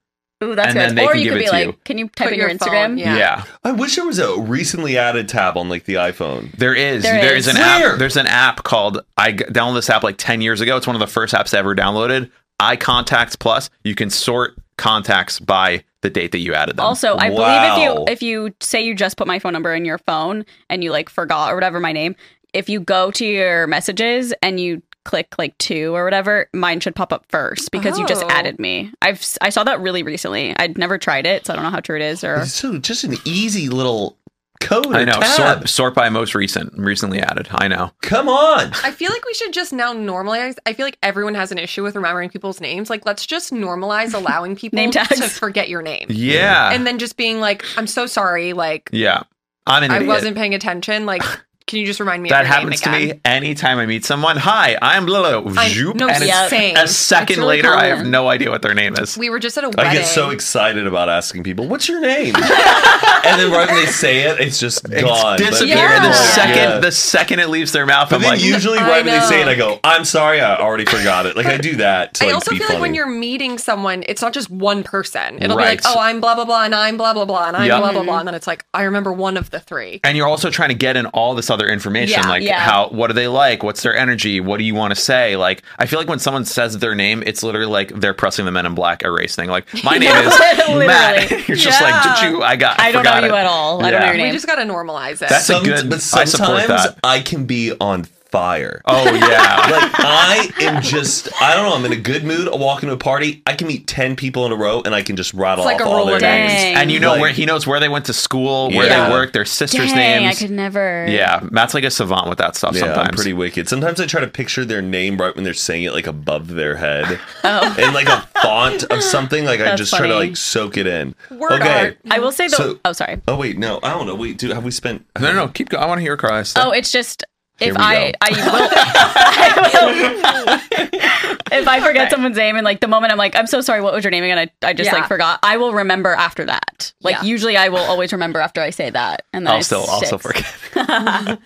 Speaker 2: Ooh, that's
Speaker 1: and then
Speaker 2: good.
Speaker 1: they
Speaker 2: Or
Speaker 1: can
Speaker 2: you
Speaker 1: give
Speaker 2: could
Speaker 1: it
Speaker 2: be
Speaker 1: to
Speaker 2: like,
Speaker 1: you.
Speaker 2: "Can you type
Speaker 3: Put
Speaker 2: in your,
Speaker 3: your phone,
Speaker 2: Instagram?"
Speaker 3: yeah.
Speaker 4: I wish there was a recently added tab on like the iPhone.
Speaker 1: there is
Speaker 2: There
Speaker 1: there
Speaker 2: is.
Speaker 1: is an
Speaker 4: Where?
Speaker 1: app there's an app called i g- downloaded this app like 10 years ago it's one of the first apps I ever downloaded i contacts plus you can sort contacts by the date that you added them
Speaker 2: Also, I
Speaker 4: Wow.
Speaker 2: believe if you if you say you just put my phone number in your phone and you like forgot or whatever my name, if you go to your messages and you click like two or whatever, mine should pop up first because you just
Speaker 3: Oh.
Speaker 2: added me. I've s- I saw that really recently. I'd never tried it, so I don't know how true it is or
Speaker 4: So just an easy little code. Or
Speaker 1: I know.
Speaker 4: Tab.
Speaker 1: Sort, sort by most recent, recently added. I know.
Speaker 4: Come on.
Speaker 3: I feel like we should just now normalize. I feel like everyone has an issue with remembering people's names. Like, let's just normalize allowing people
Speaker 2: Name
Speaker 3: to
Speaker 2: tags.
Speaker 3: forget your name.
Speaker 1: Yeah.
Speaker 3: And then just being like, I'm so sorry. Like,
Speaker 1: Yeah. I'm an
Speaker 3: I
Speaker 1: idiot.
Speaker 3: wasn't paying attention. Like, can you just remind me
Speaker 1: that
Speaker 3: of your
Speaker 1: happens to
Speaker 3: name again?
Speaker 1: me anytime I meet someone. Hi, I'm Lilo.
Speaker 3: I-
Speaker 1: Zoop,
Speaker 3: no,
Speaker 1: and it's
Speaker 3: same.
Speaker 1: a
Speaker 3: It's
Speaker 1: second
Speaker 2: really
Speaker 1: later, I have
Speaker 2: common.
Speaker 1: no idea what their name is.
Speaker 3: We were just at a wedding.
Speaker 4: I get so excited about asking people, "What's your name?" and then right when they say it, it's just gone.
Speaker 1: It's disappeared
Speaker 3: Yeah.
Speaker 1: the second
Speaker 4: Yeah.
Speaker 1: the second it leaves their mouth.
Speaker 4: But
Speaker 1: I'm
Speaker 4: then
Speaker 1: like,
Speaker 4: usually
Speaker 3: I
Speaker 4: right when they say it,
Speaker 3: know.
Speaker 4: I go, "I'm sorry, I already forgot it." Like I do that. To,
Speaker 3: I
Speaker 4: like,
Speaker 3: also
Speaker 4: be
Speaker 3: feel
Speaker 4: funny.
Speaker 3: like when you're meeting someone, it's not just one person. It'll
Speaker 1: Right.
Speaker 3: be like, oh, I'm blah, blah, blah, and I'm blah, blah, blah, and I'm
Speaker 1: Yep.
Speaker 3: blah, blah,
Speaker 2: Mm-hmm.
Speaker 3: blah. And then it's like, I remember one of the three.
Speaker 1: and you're also trying to get in all this other information,
Speaker 3: Yeah,
Speaker 1: like
Speaker 2: yeah.
Speaker 1: how, what are they like? What's their energy? What do you want to say? Like, I feel like when someone says their name, it's literally like they're pressing the Men in Black erase thing. Like, my name is
Speaker 2: Literally.
Speaker 1: Matt. You're just like,
Speaker 3: Yeah.
Speaker 1: did you? I got.
Speaker 2: I don't know
Speaker 1: forgot
Speaker 2: you
Speaker 1: it.
Speaker 2: at all. I don't know
Speaker 1: Yeah.
Speaker 2: your
Speaker 3: We
Speaker 2: name.
Speaker 3: just got to normalize it.
Speaker 1: That's a
Speaker 4: Some-
Speaker 1: good-
Speaker 4: but
Speaker 1: I
Speaker 4: sometimes
Speaker 1: support that.
Speaker 4: I can be on fire.
Speaker 1: Oh yeah.
Speaker 4: like I am just I don't know, I'm in a good mood. I walk into a party, I can meet ten people in a row and I can just rattle
Speaker 3: It's like
Speaker 4: off
Speaker 3: a
Speaker 4: all their
Speaker 3: Rolodex.
Speaker 4: names.
Speaker 2: Dang.
Speaker 1: and you know
Speaker 4: Like-
Speaker 1: where he knows where they went to school, where
Speaker 4: Yeah.
Speaker 1: they work, their sisters'
Speaker 2: Dang, I
Speaker 1: names.
Speaker 2: could never.
Speaker 1: yeah, Matt's like a savant with that stuff.
Speaker 4: Yeah,
Speaker 1: sometimes,
Speaker 4: I'm pretty wicked. Sometimes I try to picture their name right when they're saying it like above their head.
Speaker 2: Oh.
Speaker 4: In like a font of something. Like I
Speaker 2: That's
Speaker 4: just try to
Speaker 2: funny.
Speaker 4: like soak it in.
Speaker 3: Word art.
Speaker 2: I will say the.
Speaker 4: So-
Speaker 2: oh, sorry.
Speaker 4: Oh wait, no, I don't know. Wait, dude, have we spent
Speaker 1: No, no, no, keep going. I want to hear Carlos.
Speaker 2: Oh, it's just
Speaker 4: Here
Speaker 2: if
Speaker 4: we
Speaker 2: I
Speaker 4: go.
Speaker 2: I will, I will if I forget someone's name and like the moment I'm like I'm so sorry what was your name again I, I just
Speaker 3: Yeah.
Speaker 2: like forgot I will remember after that like
Speaker 3: Yeah.
Speaker 2: usually I will always remember after I say that and then
Speaker 1: I'll
Speaker 2: it
Speaker 1: still also
Speaker 2: sticks.
Speaker 1: forget.
Speaker 2: I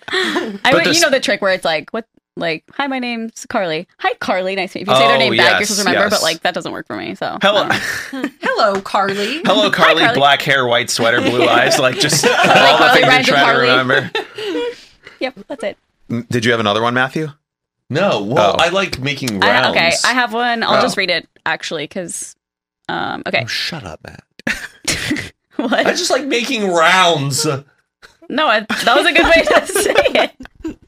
Speaker 1: But
Speaker 2: went-
Speaker 1: this-
Speaker 2: you know the trick where it's like what like hi my name's Carly hi Carly nice to meet you if you say
Speaker 1: Oh,
Speaker 2: their name back
Speaker 1: yes,
Speaker 2: you're supposed to remember
Speaker 1: yes.
Speaker 2: but like that doesn't work for me so
Speaker 1: Hello,
Speaker 3: Hello, Carly.
Speaker 1: hello, Carly.
Speaker 2: Carly.
Speaker 1: Black hair, white sweater, blue eyes. Like just all the
Speaker 2: Carly
Speaker 1: things you're
Speaker 2: rhymes
Speaker 1: trying
Speaker 2: with
Speaker 1: to
Speaker 2: Carly.
Speaker 1: remember.
Speaker 2: yep that's it
Speaker 1: N- Did you have another one, Matthew?
Speaker 4: No,
Speaker 1: Oh.
Speaker 4: well I like making
Speaker 2: I,
Speaker 4: rounds.
Speaker 2: ha- okay I have one I'll
Speaker 4: Oh.
Speaker 2: just read it actually because um okay
Speaker 4: Oh, shut up, Matt.
Speaker 2: what
Speaker 4: I just like making rounds.
Speaker 2: No, I, that was a good way to say it.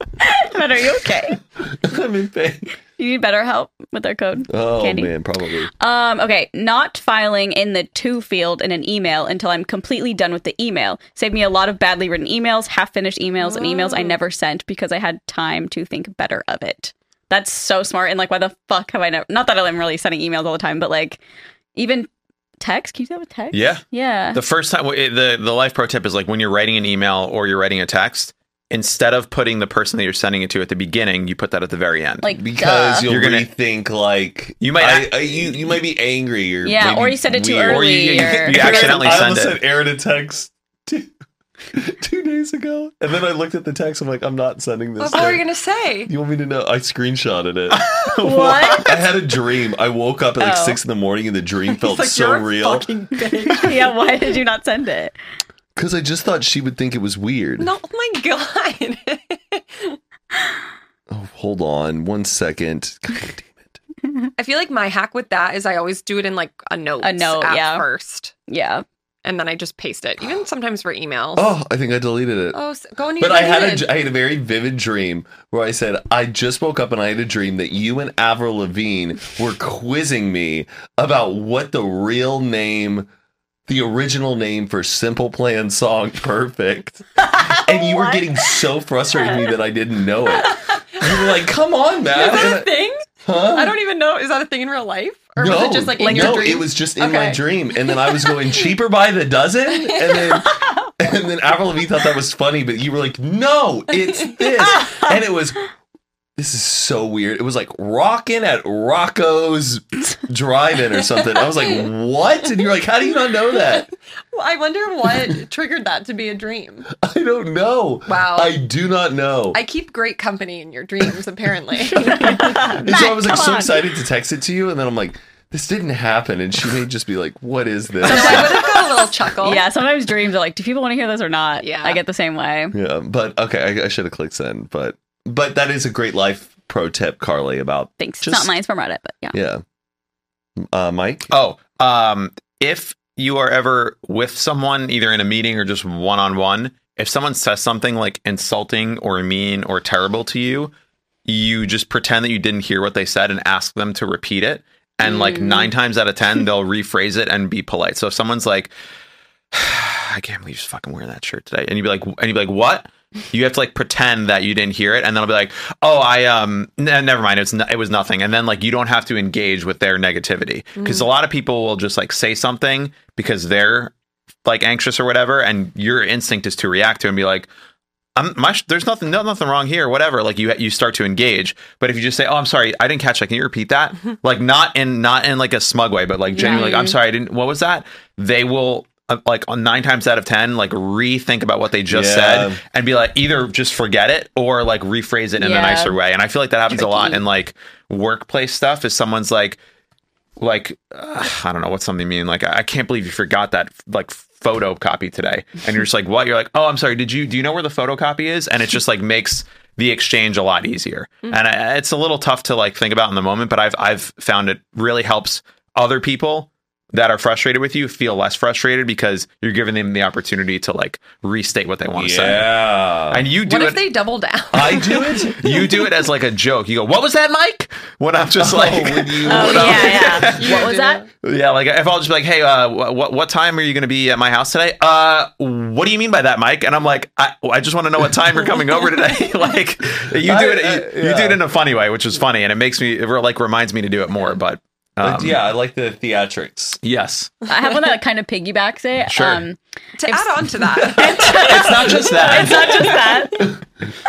Speaker 2: Matt, are you okay?
Speaker 4: I'm in pain.
Speaker 2: You need better help with their code.
Speaker 4: Oh
Speaker 2: Candy.
Speaker 4: man, probably.
Speaker 2: Um, okay, not filing in the to field in an email until I'm completely done with the email. Saved me a lot of badly written emails, half finished emails, and emails I
Speaker 3: Oh.
Speaker 2: never sent because I had time to think better of it. That's so smart. And like, why the fuck have I never? Not that I'm really sending emails all the time, but like, even text. Can you do that with text?
Speaker 1: Yeah.
Speaker 2: Yeah.
Speaker 1: The first time, it- the the life pro tip is like when you're writing an email or you're writing a text, instead of putting the person that you're sending it to at the beginning, you put that at the very end.
Speaker 2: like
Speaker 4: Because
Speaker 2: duh.
Speaker 4: you'll
Speaker 1: You're gonna-
Speaker 4: rethink like
Speaker 1: You might
Speaker 4: I,
Speaker 1: act-
Speaker 4: I, you you might be angry or
Speaker 2: yeah,
Speaker 4: maybe
Speaker 2: or you said it too
Speaker 4: weird.
Speaker 1: Or
Speaker 2: early.
Speaker 1: you- you-
Speaker 2: or-
Speaker 1: you accidentally
Speaker 4: I
Speaker 1: send
Speaker 4: almost
Speaker 1: it.
Speaker 4: sent Aaron a text two, two days ago, and then I looked at the text. I'm like, I'm not sending this.
Speaker 3: What were
Speaker 4: to-
Speaker 3: you gonna say?
Speaker 4: you want me to know? I screenshotted it.
Speaker 2: What?
Speaker 4: I had a dream. I woke up at like
Speaker 2: Oh.
Speaker 4: six in the morning, and the dream felt
Speaker 5: It's like,
Speaker 4: so
Speaker 5: you're a
Speaker 4: real
Speaker 5: Fucking bitch.
Speaker 2: yeah. Why did you not send it?
Speaker 4: because I just thought she would think it was weird.
Speaker 3: No, oh my god.
Speaker 4: Oh, hold on one second. God damn it.
Speaker 3: I feel like my hack with that is I always do it in like a note,
Speaker 2: A note,
Speaker 3: app
Speaker 2: yeah.
Speaker 3: first,
Speaker 2: Yeah.
Speaker 3: and then I just paste it. Even sometimes for emails.
Speaker 4: Oh, I think I deleted it.
Speaker 3: Oh, s- go and you.
Speaker 4: But I had
Speaker 3: did.
Speaker 4: a, I had a very vivid dream where I said I just woke up and I had a dream that you and Avril Lavigne were quizzing me about what the real name, the original name for Simple Plan song "Perfect," and you were getting so frustrated with me that I didn't know it. You were like, "Come on,
Speaker 3: Is that a
Speaker 4: Matt!"
Speaker 3: thing?
Speaker 4: Huh?
Speaker 3: I don't even know. Is that a thing in real life, or was it just like in
Speaker 4: no,
Speaker 3: your dream?
Speaker 4: it was just in my
Speaker 3: Okay.
Speaker 4: dream, and then I was going cheaper by the dozen, and then and then Avril Lavigne thought that was funny, but you were like, no, it's this, and it was. This is so weird. It was like rocking at Rocco's drive-in or something. I was like, "What?" And you're like, "How do you not know that?"
Speaker 3: Well, I wonder what triggered that to be a dream.
Speaker 4: I don't know.
Speaker 3: Wow.
Speaker 4: I do not know.
Speaker 3: I keep great company in your dreams, apparently.
Speaker 4: and so I was like
Speaker 2: come
Speaker 4: so
Speaker 2: on.
Speaker 4: excited to text it to you, and then I'm like, "This didn't happen." And she may just be like, "What is this?"
Speaker 3: So I would have got a little chuckle.
Speaker 2: Yeah. Sometimes dreams are like, do people want to hear this or not?
Speaker 3: Yeah.
Speaker 2: I get the same way.
Speaker 4: Yeah, but okay, I, I should have clicked send, but but that is a great life pro tip, Carly. About
Speaker 2: Thanks.
Speaker 4: Just-
Speaker 2: it's not mine. It's from Reddit, but yeah.
Speaker 4: yeah, uh, Mike.
Speaker 1: Oh, um, if you are ever with someone, either in a meeting or just one on one, if someone says something like insulting or mean or terrible to you, you just pretend that you didn't hear what they said and ask them to repeat it. And like nine times out of 10, they'll rephrase it and be polite. So if someone's like, I can't believe she's fucking wearing that shirt today. And you'd be like, and you'd be like, what? You have to like pretend that you didn't hear it, and then I'll be like, "Oh, I um, n- never mind. It's n- it was nothing." And then like you don't have to engage with their negativity because a lot of people will just like say something because they're like anxious or whatever, and your instinct is to react to it and be like, "I'm my sh- there's nothing no, nothing wrong here, whatever." Like you you start to engage, but if you just say, "Oh, I'm sorry, I didn't catch that. Can you repeat that?" like not in not in like a smug way, but like genuinely, like I'm sorry, I didn't. What was that? They will. uh, Like on nine times out of ten, like rethink about what they just
Speaker 4: Yeah.
Speaker 1: said and be like either just forget it or like rephrase it in
Speaker 2: Yeah.
Speaker 1: a nicer way and i feel like that happens a lot
Speaker 2: Tricky.
Speaker 1: in like workplace stuff is someone's like like uh, i don't know what's something mean like I, I can't believe you forgot that like photocopy today and you're just like what you're like oh i'm sorry did you do you know where the photocopy is and it just like makes the exchange a lot easier
Speaker 3: Mm-hmm.
Speaker 1: and I, it's a little tough to like think about in the moment but i've i've found it really helps other people that are frustrated with you feel less frustrated because you're giving them the opportunity to like restate what they want to say
Speaker 4: yeah,
Speaker 1: and you do
Speaker 3: What
Speaker 1: it.
Speaker 3: if they double down?
Speaker 4: I do it.
Speaker 1: you do it as like a joke. You go, "What was that, Mike?" When I'm just like,
Speaker 4: oh, when you,
Speaker 2: Oh,
Speaker 1: What up?
Speaker 2: yeah, yeah. what was that?
Speaker 1: yeah, like if I'll just be like, "Hey, uh, what what time are you going to be at my house today?" Uh, what do you mean by that, Mike? And I'm like, I, I just want to know what time you're coming over today. like, you do
Speaker 4: I-
Speaker 1: it,
Speaker 4: I-
Speaker 1: you,
Speaker 4: yeah.
Speaker 1: you do it in a funny way, which is funny, and it makes me, it like reminds me to do it more. But, um,
Speaker 4: But yeah, I like the theatrics.
Speaker 1: yes,
Speaker 2: I have one that kind of piggybacks it.
Speaker 1: Sure.
Speaker 2: Um,
Speaker 3: to add on to that,
Speaker 1: it's not just
Speaker 2: it's
Speaker 1: that.
Speaker 2: not just that.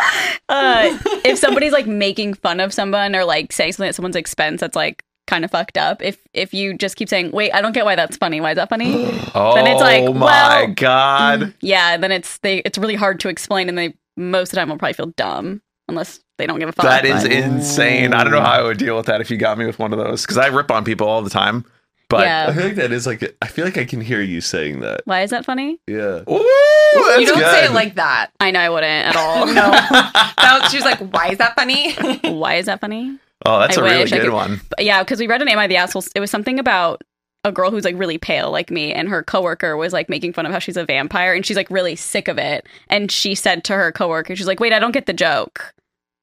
Speaker 2: Uh, if somebody's like making fun of someone or like saying something at someone's expense that's like kind of fucked up, if if you just keep saying, "Wait, I don't get why that's funny. Why is that funny?"
Speaker 1: Oh
Speaker 2: Then it's like,
Speaker 1: my
Speaker 2: well, mm,
Speaker 1: god.
Speaker 2: yeah, then it's they it's really hard to explain, and they most of the time will probably feel dumb unless they don't give a fuck.
Speaker 1: That is
Speaker 2: but-
Speaker 1: insane. I don't know how I would deal with that if you got me with one of those because I rip on people all the time. But
Speaker 4: I
Speaker 2: yeah.
Speaker 4: feel like that is like. I feel like I can hear you saying that.
Speaker 2: Why is that funny?
Speaker 4: Yeah.
Speaker 1: Ooh,
Speaker 3: you
Speaker 1: that's
Speaker 3: don't say it
Speaker 1: good.
Speaker 3: like that.
Speaker 2: I know I wouldn't at all.
Speaker 3: No. That was- she was like, why is that funny?
Speaker 2: Why is that funny?
Speaker 1: Oh, that's a
Speaker 2: I
Speaker 1: really
Speaker 2: wish I
Speaker 1: good
Speaker 2: could-
Speaker 1: one.
Speaker 2: But yeah, because we read an Am I the Asshole? It was something about a girl who's like really pale, like me, and her coworker was like making fun of how she's a vampire, and she's like really sick of it. And she said to her coworker, she's like, "Wait, I don't get the joke,"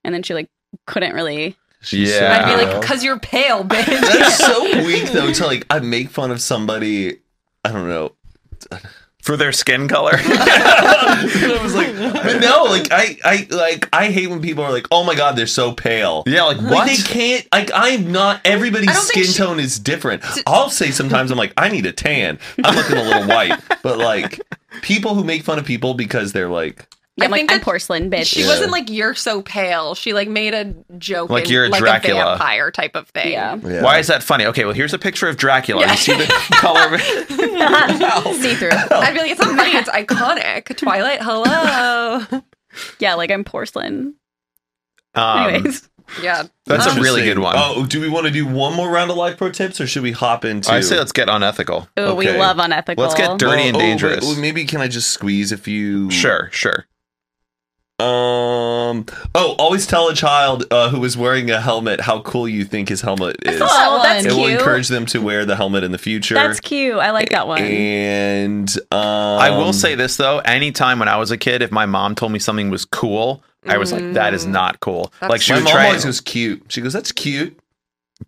Speaker 2: and then she like couldn't really
Speaker 4: She's so
Speaker 1: Yeah.
Speaker 3: I'd be
Speaker 4: pale.
Speaker 3: like, "Cause you're pale, bitch."
Speaker 4: That's so weak though to like I make fun of somebody I don't know.
Speaker 1: for their skin color.
Speaker 4: And I was like, but no, like I, I like I hate when people are like, oh my god, they're so pale.
Speaker 1: yeah, like
Speaker 4: Like,
Speaker 1: what?
Speaker 4: they can't like I'm not everybody's
Speaker 3: I don't think
Speaker 4: skin
Speaker 3: she-
Speaker 4: tone is different. I'll say sometimes I'm like, I need a tan. I'm looking a little white. But like people who make fun of people because they're like
Speaker 2: Yeah, I'm
Speaker 3: I
Speaker 2: like
Speaker 3: think
Speaker 2: I'm
Speaker 3: that
Speaker 2: porcelain, bitch.
Speaker 3: She
Speaker 4: Yeah.
Speaker 3: wasn't like you're so pale. She like made a joke,
Speaker 1: Like,
Speaker 3: in-
Speaker 1: you're a
Speaker 3: like
Speaker 1: Dracula.
Speaker 3: a vampire type of thing.
Speaker 2: Yeah,
Speaker 4: yeah.
Speaker 1: Why is that funny? Okay, well here's a picture of Dracula. You see the color of it?
Speaker 2: see through.
Speaker 3: I'd be like, it's not funny. It's iconic. Twilight. Hello.
Speaker 2: Yeah, like I'm porcelain.
Speaker 1: Um,
Speaker 2: Anyways,
Speaker 3: Yeah, Um,
Speaker 1: That's a really good
Speaker 4: Interesting.
Speaker 1: one.
Speaker 4: Oh, do we want to do one more round of live pro tips or should we hop into
Speaker 1: I say let's get unethical.
Speaker 2: ooh, we
Speaker 4: okay.
Speaker 2: love unethical.
Speaker 1: Let's get dirty and
Speaker 4: Oh, oh,
Speaker 1: dangerous.
Speaker 4: wait, oh, maybe can I just squeeze a few
Speaker 1: Sure, sure.
Speaker 4: Um. Oh, always tell a child uh, who is wearing a helmet how cool you think his helmet is.
Speaker 2: Oh,
Speaker 3: That
Speaker 2: that's
Speaker 4: It
Speaker 3: one.
Speaker 2: cute.
Speaker 4: will encourage them to wear the helmet in the future.
Speaker 2: That's cute. I like that one.
Speaker 4: And um,
Speaker 1: I will say this though, anytime when I was a kid, if my mom told me something was cool, I was like, that is not cool.
Speaker 3: That's-
Speaker 1: like she
Speaker 4: my
Speaker 1: would
Speaker 4: mom
Speaker 1: try
Speaker 4: always goes cute. She goes, "That's cute."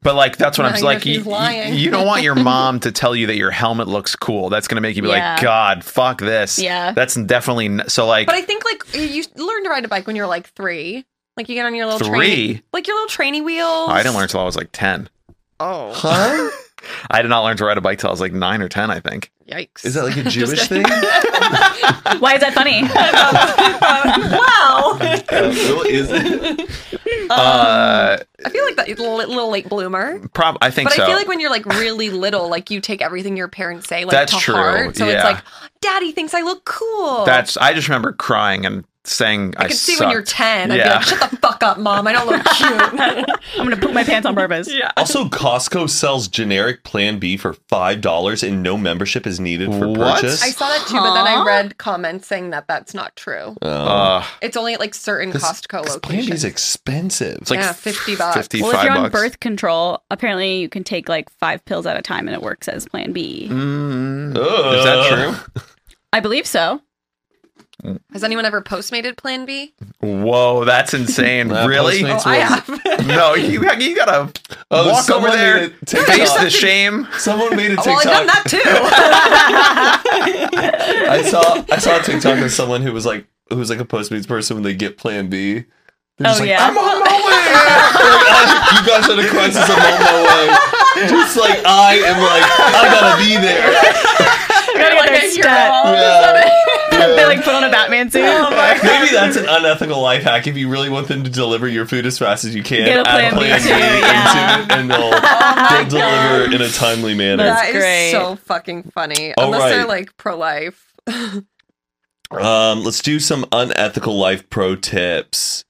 Speaker 1: But like that's what I'm
Speaker 3: Knowing
Speaker 1: like.
Speaker 3: that
Speaker 1: You,
Speaker 3: she's lying.
Speaker 1: you- you don't want your mom to tell you that your helmet looks cool. That's gonna make you be
Speaker 2: Yeah.
Speaker 1: like, God, fuck this.
Speaker 2: Yeah.
Speaker 1: that's definitely n- so. Like
Speaker 3: but I think like you learn to ride a bike when you're like three. Like you get on your little train,
Speaker 1: three.
Speaker 3: like your little trainy wheels.
Speaker 1: I didn't learn till I was like ten.
Speaker 3: Oh,
Speaker 4: Huh?
Speaker 1: I did not learn to ride a bike till I was like nine or ten. I think.
Speaker 3: yikes!
Speaker 4: Is that like a Jewish
Speaker 3: Just
Speaker 4: thing?
Speaker 2: Why is that funny?
Speaker 3: wow.
Speaker 4: Uh, well, is it?
Speaker 1: uh,
Speaker 3: I feel like that little, little late bloomer.
Speaker 1: prob. I think
Speaker 3: But
Speaker 1: so.
Speaker 3: I feel like when you're like really little, like you take everything your parents say like
Speaker 1: That's
Speaker 3: to
Speaker 1: true,
Speaker 3: heart. So
Speaker 1: yeah.
Speaker 3: it's like, Daddy thinks I look cool.
Speaker 1: That's. I just remember crying and saying I,
Speaker 3: I can see when you're
Speaker 1: sucked.
Speaker 3: ten. I'd
Speaker 1: Yeah.
Speaker 3: be like, shut the fuck up, mom. I don't look cute.
Speaker 2: I'm gonna poop my pants on purpose. Yeah.
Speaker 4: Also, Costco sells generic Plan B for five dollars, and no membership is needed for
Speaker 1: What?
Speaker 4: purchase.
Speaker 3: I saw that too, but then
Speaker 2: Huh?
Speaker 3: I read comments saying that that's not true.
Speaker 1: uh,
Speaker 3: It's only at like certain Costco
Speaker 4: Oh. Plan B is
Speaker 3: locations.
Speaker 4: expensive.
Speaker 1: it's like
Speaker 3: Yeah, 50 bucks.
Speaker 1: Fifty-five
Speaker 2: Well, if you're on
Speaker 1: bucks.
Speaker 2: birth control, apparently you can take like five pills at a time, and it works as Plan B. I
Speaker 1: Mm, is
Speaker 4: uh,
Speaker 1: that
Speaker 2: believe so.
Speaker 3: Has anyone ever postmated Plan B?
Speaker 1: true? Whoa, that's insane.
Speaker 4: Nah,
Speaker 1: really?
Speaker 4: Postmates- It's
Speaker 3: Oh, I
Speaker 4: what-
Speaker 3: have.
Speaker 1: No, you you gotta
Speaker 4: Oh,
Speaker 1: walk over
Speaker 4: someone
Speaker 1: there,
Speaker 4: made a TikTok.
Speaker 1: face the shame.
Speaker 4: Someone made a TikTok.
Speaker 3: well, I've done that too.
Speaker 4: I saw I saw a TikTok of someone who was like who was like a Postmates person when they get Plan B. They're
Speaker 2: Oh,
Speaker 4: like,
Speaker 2: yeah.
Speaker 4: I'm on my way. Like, I'm- you guys are the crisis. I'm on my way. Just like I am like I gotta be there. Yeah.
Speaker 2: They like put on a
Speaker 4: Oh,
Speaker 2: Batman suit.
Speaker 4: Maybe that's an unethical life hack. If you really want them to deliver your food as fast as you can,
Speaker 2: Get a
Speaker 4: add
Speaker 2: Plan B
Speaker 4: Plan B
Speaker 2: too, yeah. Oh
Speaker 4: into it, and they'll, they'll deliver in a timely manner.
Speaker 2: That's
Speaker 3: That is
Speaker 2: great.
Speaker 3: so fucking funny.
Speaker 4: All
Speaker 3: Unless they're
Speaker 4: right.
Speaker 3: like pro life.
Speaker 4: Um, let's do some unethical life pro tips.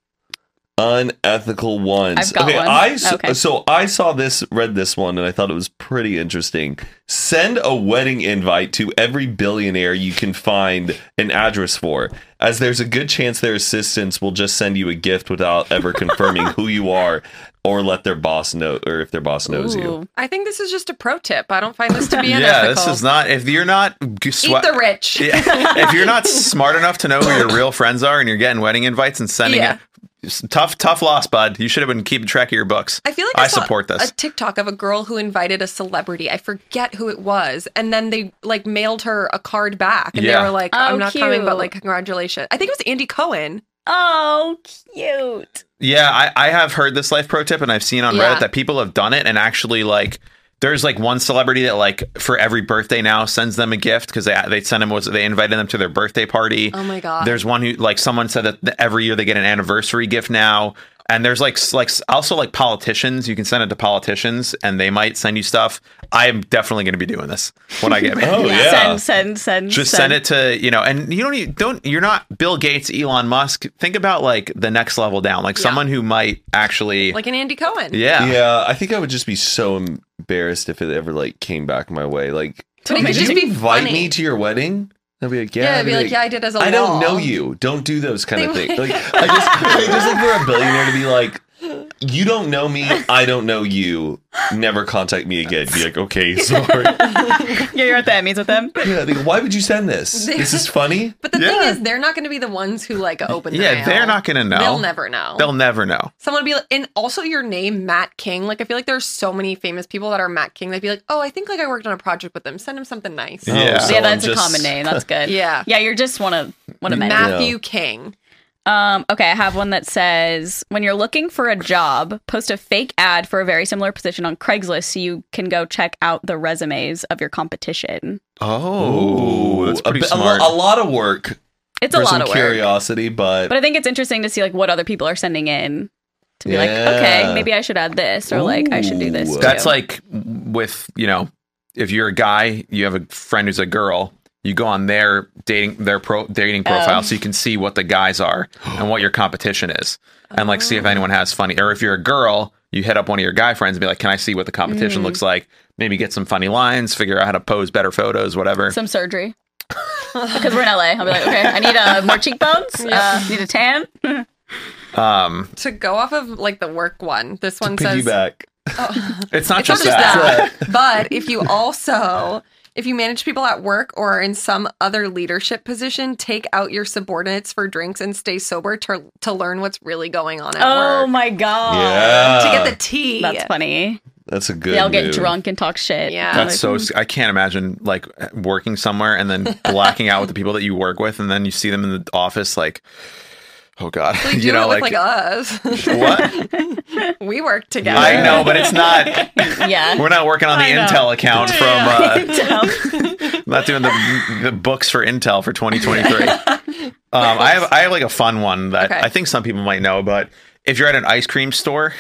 Speaker 4: Unethical ones.
Speaker 2: I've got
Speaker 4: okay,
Speaker 2: one.
Speaker 4: I s-
Speaker 2: Okay.
Speaker 4: so I saw this, read this one, and I thought it was pretty interesting. Send a wedding invite to every billionaire you can find an address for, as there's a good chance their assistants will just send you a gift without ever confirming who you are, or let their boss know, or if their boss knows you.
Speaker 2: Ooh.
Speaker 3: I think this is just a pro tip. I don't find this to be
Speaker 1: Yeah,
Speaker 3: unethical.
Speaker 1: this is not. If you're not g-
Speaker 3: Eat
Speaker 1: swe-
Speaker 3: the rich.
Speaker 1: Yeah. if you're not smart enough to know who your real friends are and you're getting wedding invites and sending
Speaker 3: Yeah.
Speaker 1: it, tough, tough loss, bud. You should have been keeping track of your books.
Speaker 3: I feel like
Speaker 1: I,
Speaker 3: I, saw
Speaker 1: support this.
Speaker 3: A TikTok of a girl who invited a celebrity. I forget who it was, and then they like mailed her a card back, and
Speaker 1: Yeah.
Speaker 3: they were like,
Speaker 2: Oh,
Speaker 3: "I'm not coming,
Speaker 2: cute.
Speaker 3: but like congratulations." I think it was Andy Cohen.
Speaker 2: Oh, cute.
Speaker 1: yeah, I, I have heard this life pro tip and I've seen on
Speaker 3: Yeah.
Speaker 1: Reddit that people have done it and actually like. There's like one celebrity that like for every birthday now sends them a gift because they they send them was they invited them to their birthday party.
Speaker 3: Oh my god!
Speaker 1: There's one who like someone said that th- every year they get an anniversary gift now. And there's like s- like s- also like politicians. You can send it to politicians, and they might send you stuff. I'm definitely going to be doing this when I get married.
Speaker 4: Oh yeah,
Speaker 2: Send, send, send.
Speaker 1: Just send it to you know, and you don't even- don't you're not Bill Gates, Elon Musk. Think about like the next level down, like someone who might actually
Speaker 3: like an Andy Cohen.
Speaker 1: yeah.
Speaker 4: yeah. I think I would just be so embarrassed if it ever like came back my way. Like,
Speaker 3: But it could
Speaker 4: Did
Speaker 3: just
Speaker 4: you
Speaker 3: be
Speaker 4: invite
Speaker 3: funny.
Speaker 4: me to your wedding? I'd be like, yeah.
Speaker 3: Yeah,
Speaker 4: I'd
Speaker 3: it'd be like, yeah, I did as a
Speaker 4: I
Speaker 3: law.
Speaker 4: don't know you. Don't do those kind of
Speaker 3: They
Speaker 4: things. Like, I just, I just look for a billionaire to be like, you don't know me, I don't know you. Never contact me again. Be like, okay, sorry. yeah,
Speaker 2: Yeah, you're at the Emmys with them.
Speaker 4: like, why would you send this? This is funny.
Speaker 3: But the
Speaker 1: Yeah.
Speaker 3: thing is, they're not going to be the ones who like open. The
Speaker 1: Yeah,
Speaker 3: mail.
Speaker 1: they're not gonna know.
Speaker 3: They'll never know.
Speaker 1: They'll never know.
Speaker 3: Someone would be like, and also your name, Matt King. Like I feel like there's so many famous people that are Matt King. They'd be like, oh, I think like I worked on a project with them. Send him something nice.
Speaker 1: Yeah.
Speaker 4: so
Speaker 2: yeah,
Speaker 4: I'm
Speaker 2: that's
Speaker 4: just-
Speaker 2: a common name. That's good.
Speaker 3: Yeah.
Speaker 2: Yeah, you're just one of one of many.
Speaker 3: Matthew King.
Speaker 2: Um, okay, I have one that says when you're looking for a job, post a fake ad for a very similar position on Craigslist so you can go check out the resumes of your competition.
Speaker 1: Oh, that's pretty
Speaker 4: a, bit- a lo-
Speaker 1: smart.
Speaker 4: a lot of work
Speaker 2: It's
Speaker 4: for
Speaker 2: a lot
Speaker 4: some
Speaker 2: of work.
Speaker 4: curiosity, but,
Speaker 2: But I think it's interesting to see like what other people are sending in to be like,
Speaker 4: Yeah.
Speaker 2: okay, maybe I should add this or like I should do this.
Speaker 4: Ooh.
Speaker 1: That's
Speaker 2: too.
Speaker 1: like with, you know, if you're a guy, you have a friend who's a girl, you go on their dating their pro dating profile
Speaker 2: Oh.
Speaker 1: so you can see what the guys are and what your competition is. And like see if anyone has funny or if you're a girl, you hit up one of your guy friends and be like, Can I see what the competition looks like? Maybe get some funny lines, figure out how to pose better photos, whatever.
Speaker 2: some surgery. because we're in LA, I'll be like, okay, I need uh, more cheekbones. Uh, need a tan.
Speaker 1: Um
Speaker 3: To go off of like the work one, this one says
Speaker 4: piggyback.
Speaker 1: it's not
Speaker 3: It's
Speaker 1: just
Speaker 3: not just
Speaker 1: that.
Speaker 3: that. but if you also if you manage people at work or are in some other leadership position, take out your subordinates for drinks and stay sober to to learn what's really going on at
Speaker 2: Oh
Speaker 3: work.
Speaker 2: my god,
Speaker 4: yeah,
Speaker 3: to
Speaker 1: Uh,
Speaker 3: get the tea.
Speaker 2: that's funny.
Speaker 4: that's a good.
Speaker 2: They'll get
Speaker 4: move.
Speaker 2: drunk and talk shit.
Speaker 3: Yeah.
Speaker 2: I'm
Speaker 1: That's
Speaker 2: like,
Speaker 1: so. s- I can't imagine like working somewhere and then blacking out with the people that you work with, and then you see them in the office, like, oh god,
Speaker 3: We do
Speaker 1: you know,
Speaker 3: it with,
Speaker 1: like,
Speaker 3: like us.
Speaker 1: what?
Speaker 3: we work together.
Speaker 1: I know, but it's not.
Speaker 2: yeah.
Speaker 1: We're not working on the
Speaker 2: I know.
Speaker 1: Intel account from. Uh,
Speaker 2: Dumb.
Speaker 1: not doing the, the books for Intel for 2023. um, I have I have like a fun one that
Speaker 3: Okay.
Speaker 1: I think some people might know, but if you're at an ice cream store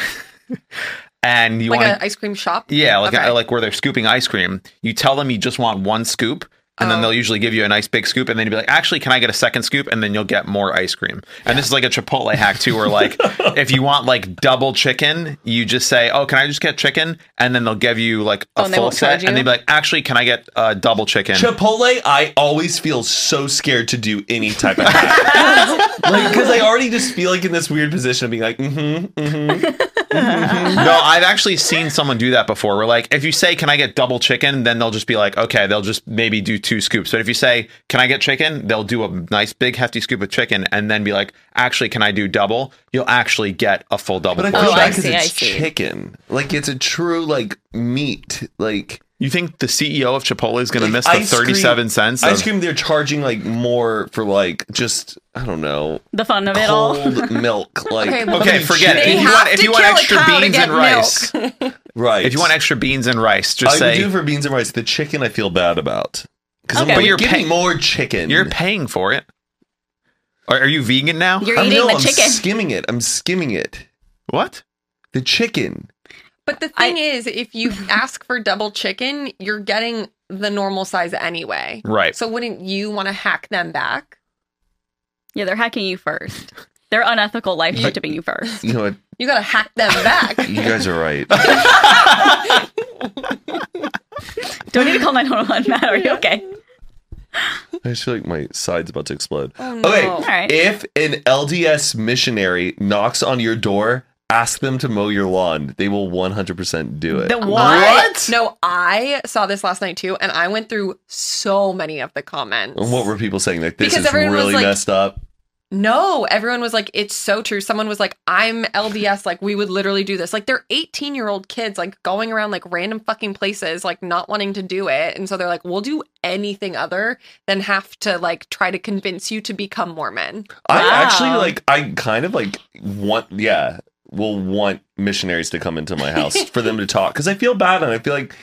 Speaker 1: and you
Speaker 3: Like
Speaker 1: want
Speaker 3: an ice cream shop.
Speaker 1: Yeah, like
Speaker 3: Okay.
Speaker 1: like where they're scooping ice cream. You tell them you just want one scoop, and
Speaker 2: Oh.
Speaker 1: then they'll usually give you a nice big scoop, and then you'll be like, "Actually, can I get a second scoop?" And then you'll get more ice cream. And this is like a Chipotle hack too, where like if you want like double chicken, you just say, "Oh, can I just get chicken?" And then they'll give you like a
Speaker 2: Oh, and they
Speaker 1: full
Speaker 2: won't charge
Speaker 1: set, and
Speaker 2: you?
Speaker 1: they'll be like, "Actually, can I get uh, double chicken?"
Speaker 4: Chipotle, I always feel so scared to do any type of hack. like, because I already just feel like in this weird position of being like, mm-hmm,
Speaker 1: no, I've actually seen someone do that before. Where like if you say, "Can I get double chicken?" then they'll just be like, "Okay," they'll just maybe do two scoops. But if you say, "Can I get chicken?" they'll do a nice big hefty scoop of chicken and then be like, "Actually, can I do double?" You'll actually get a full double.
Speaker 4: But I
Speaker 1: portion.
Speaker 4: feel
Speaker 2: Oh,
Speaker 4: bad
Speaker 2: I
Speaker 4: because
Speaker 2: see, I
Speaker 4: it's
Speaker 2: see.
Speaker 4: chicken. Like it's a true like meat. Like
Speaker 1: you think the CEO of Chipotle is going to miss the
Speaker 4: ice cream-
Speaker 1: thirty-seven cents?
Speaker 4: ice
Speaker 1: of-
Speaker 4: cream, they're charging like more for like just I don't know
Speaker 2: The fun of it all.
Speaker 4: cold milk. Like
Speaker 3: Okay, well,
Speaker 1: Okay,
Speaker 4: fucking
Speaker 1: forget it.
Speaker 3: They
Speaker 1: If you
Speaker 4: chicken.
Speaker 3: have
Speaker 1: want, if
Speaker 3: to
Speaker 1: you want
Speaker 3: kill a
Speaker 1: extra
Speaker 3: cow to
Speaker 1: beans
Speaker 3: get
Speaker 1: and rice,
Speaker 4: Right.
Speaker 1: if you want extra beans and rice,
Speaker 4: I
Speaker 1: just
Speaker 4: would
Speaker 1: say
Speaker 4: do for beans and rice. The chicken, I feel bad about
Speaker 2: Okay.
Speaker 4: because I'm
Speaker 2: But
Speaker 4: like,
Speaker 1: you're
Speaker 4: give
Speaker 1: pay-
Speaker 4: me more chicken.
Speaker 1: you're paying for it. Are, are you vegan now?
Speaker 2: You're
Speaker 4: I'm,
Speaker 2: eating
Speaker 4: no,
Speaker 2: the
Speaker 4: I'm
Speaker 2: chicken.
Speaker 4: skimming it. I'm skimming it.
Speaker 1: what?
Speaker 4: The chicken.
Speaker 3: But the
Speaker 2: I-
Speaker 3: thing is, if you ask for double chicken, you're getting the normal size anyway.
Speaker 1: Right.
Speaker 3: So wouldn't you want to hack them back?
Speaker 2: yeah, they're hacking you first. They're unethical life pro tipping you first.
Speaker 4: You know what?
Speaker 3: You got to hack them back.
Speaker 4: You guys are right.
Speaker 2: Do I need to call 911, Matt? Are you okay?
Speaker 4: I just feel like my side's about to explode.
Speaker 3: Oh, no.
Speaker 4: Okay.
Speaker 3: All
Speaker 2: Oh, right.
Speaker 4: If an LDS missionary knocks on your door, ask them to mow your lawn. They will 100% do it.
Speaker 2: The
Speaker 3: I-
Speaker 2: what?
Speaker 3: no, I saw this last night too, and I went through so many of the comments.
Speaker 4: and what were people saying? Like, this
Speaker 3: Because
Speaker 4: is
Speaker 3: everyone was
Speaker 4: really
Speaker 3: like-
Speaker 4: messed up.
Speaker 3: No, everyone was like, it's so true. Someone was like, I'm LDS. Like, we would literally do this. Like, they're 18 year old kids, like, going around like random fucking places, like, not wanting to do it. And so they're like, we'll do anything other than have to, like, try to convince you to become Mormon.
Speaker 4: I
Speaker 2: Wow.
Speaker 4: actually like, I kind of like want, yeah, will want missionaries to come into my house for them to talk because I feel bad and I feel like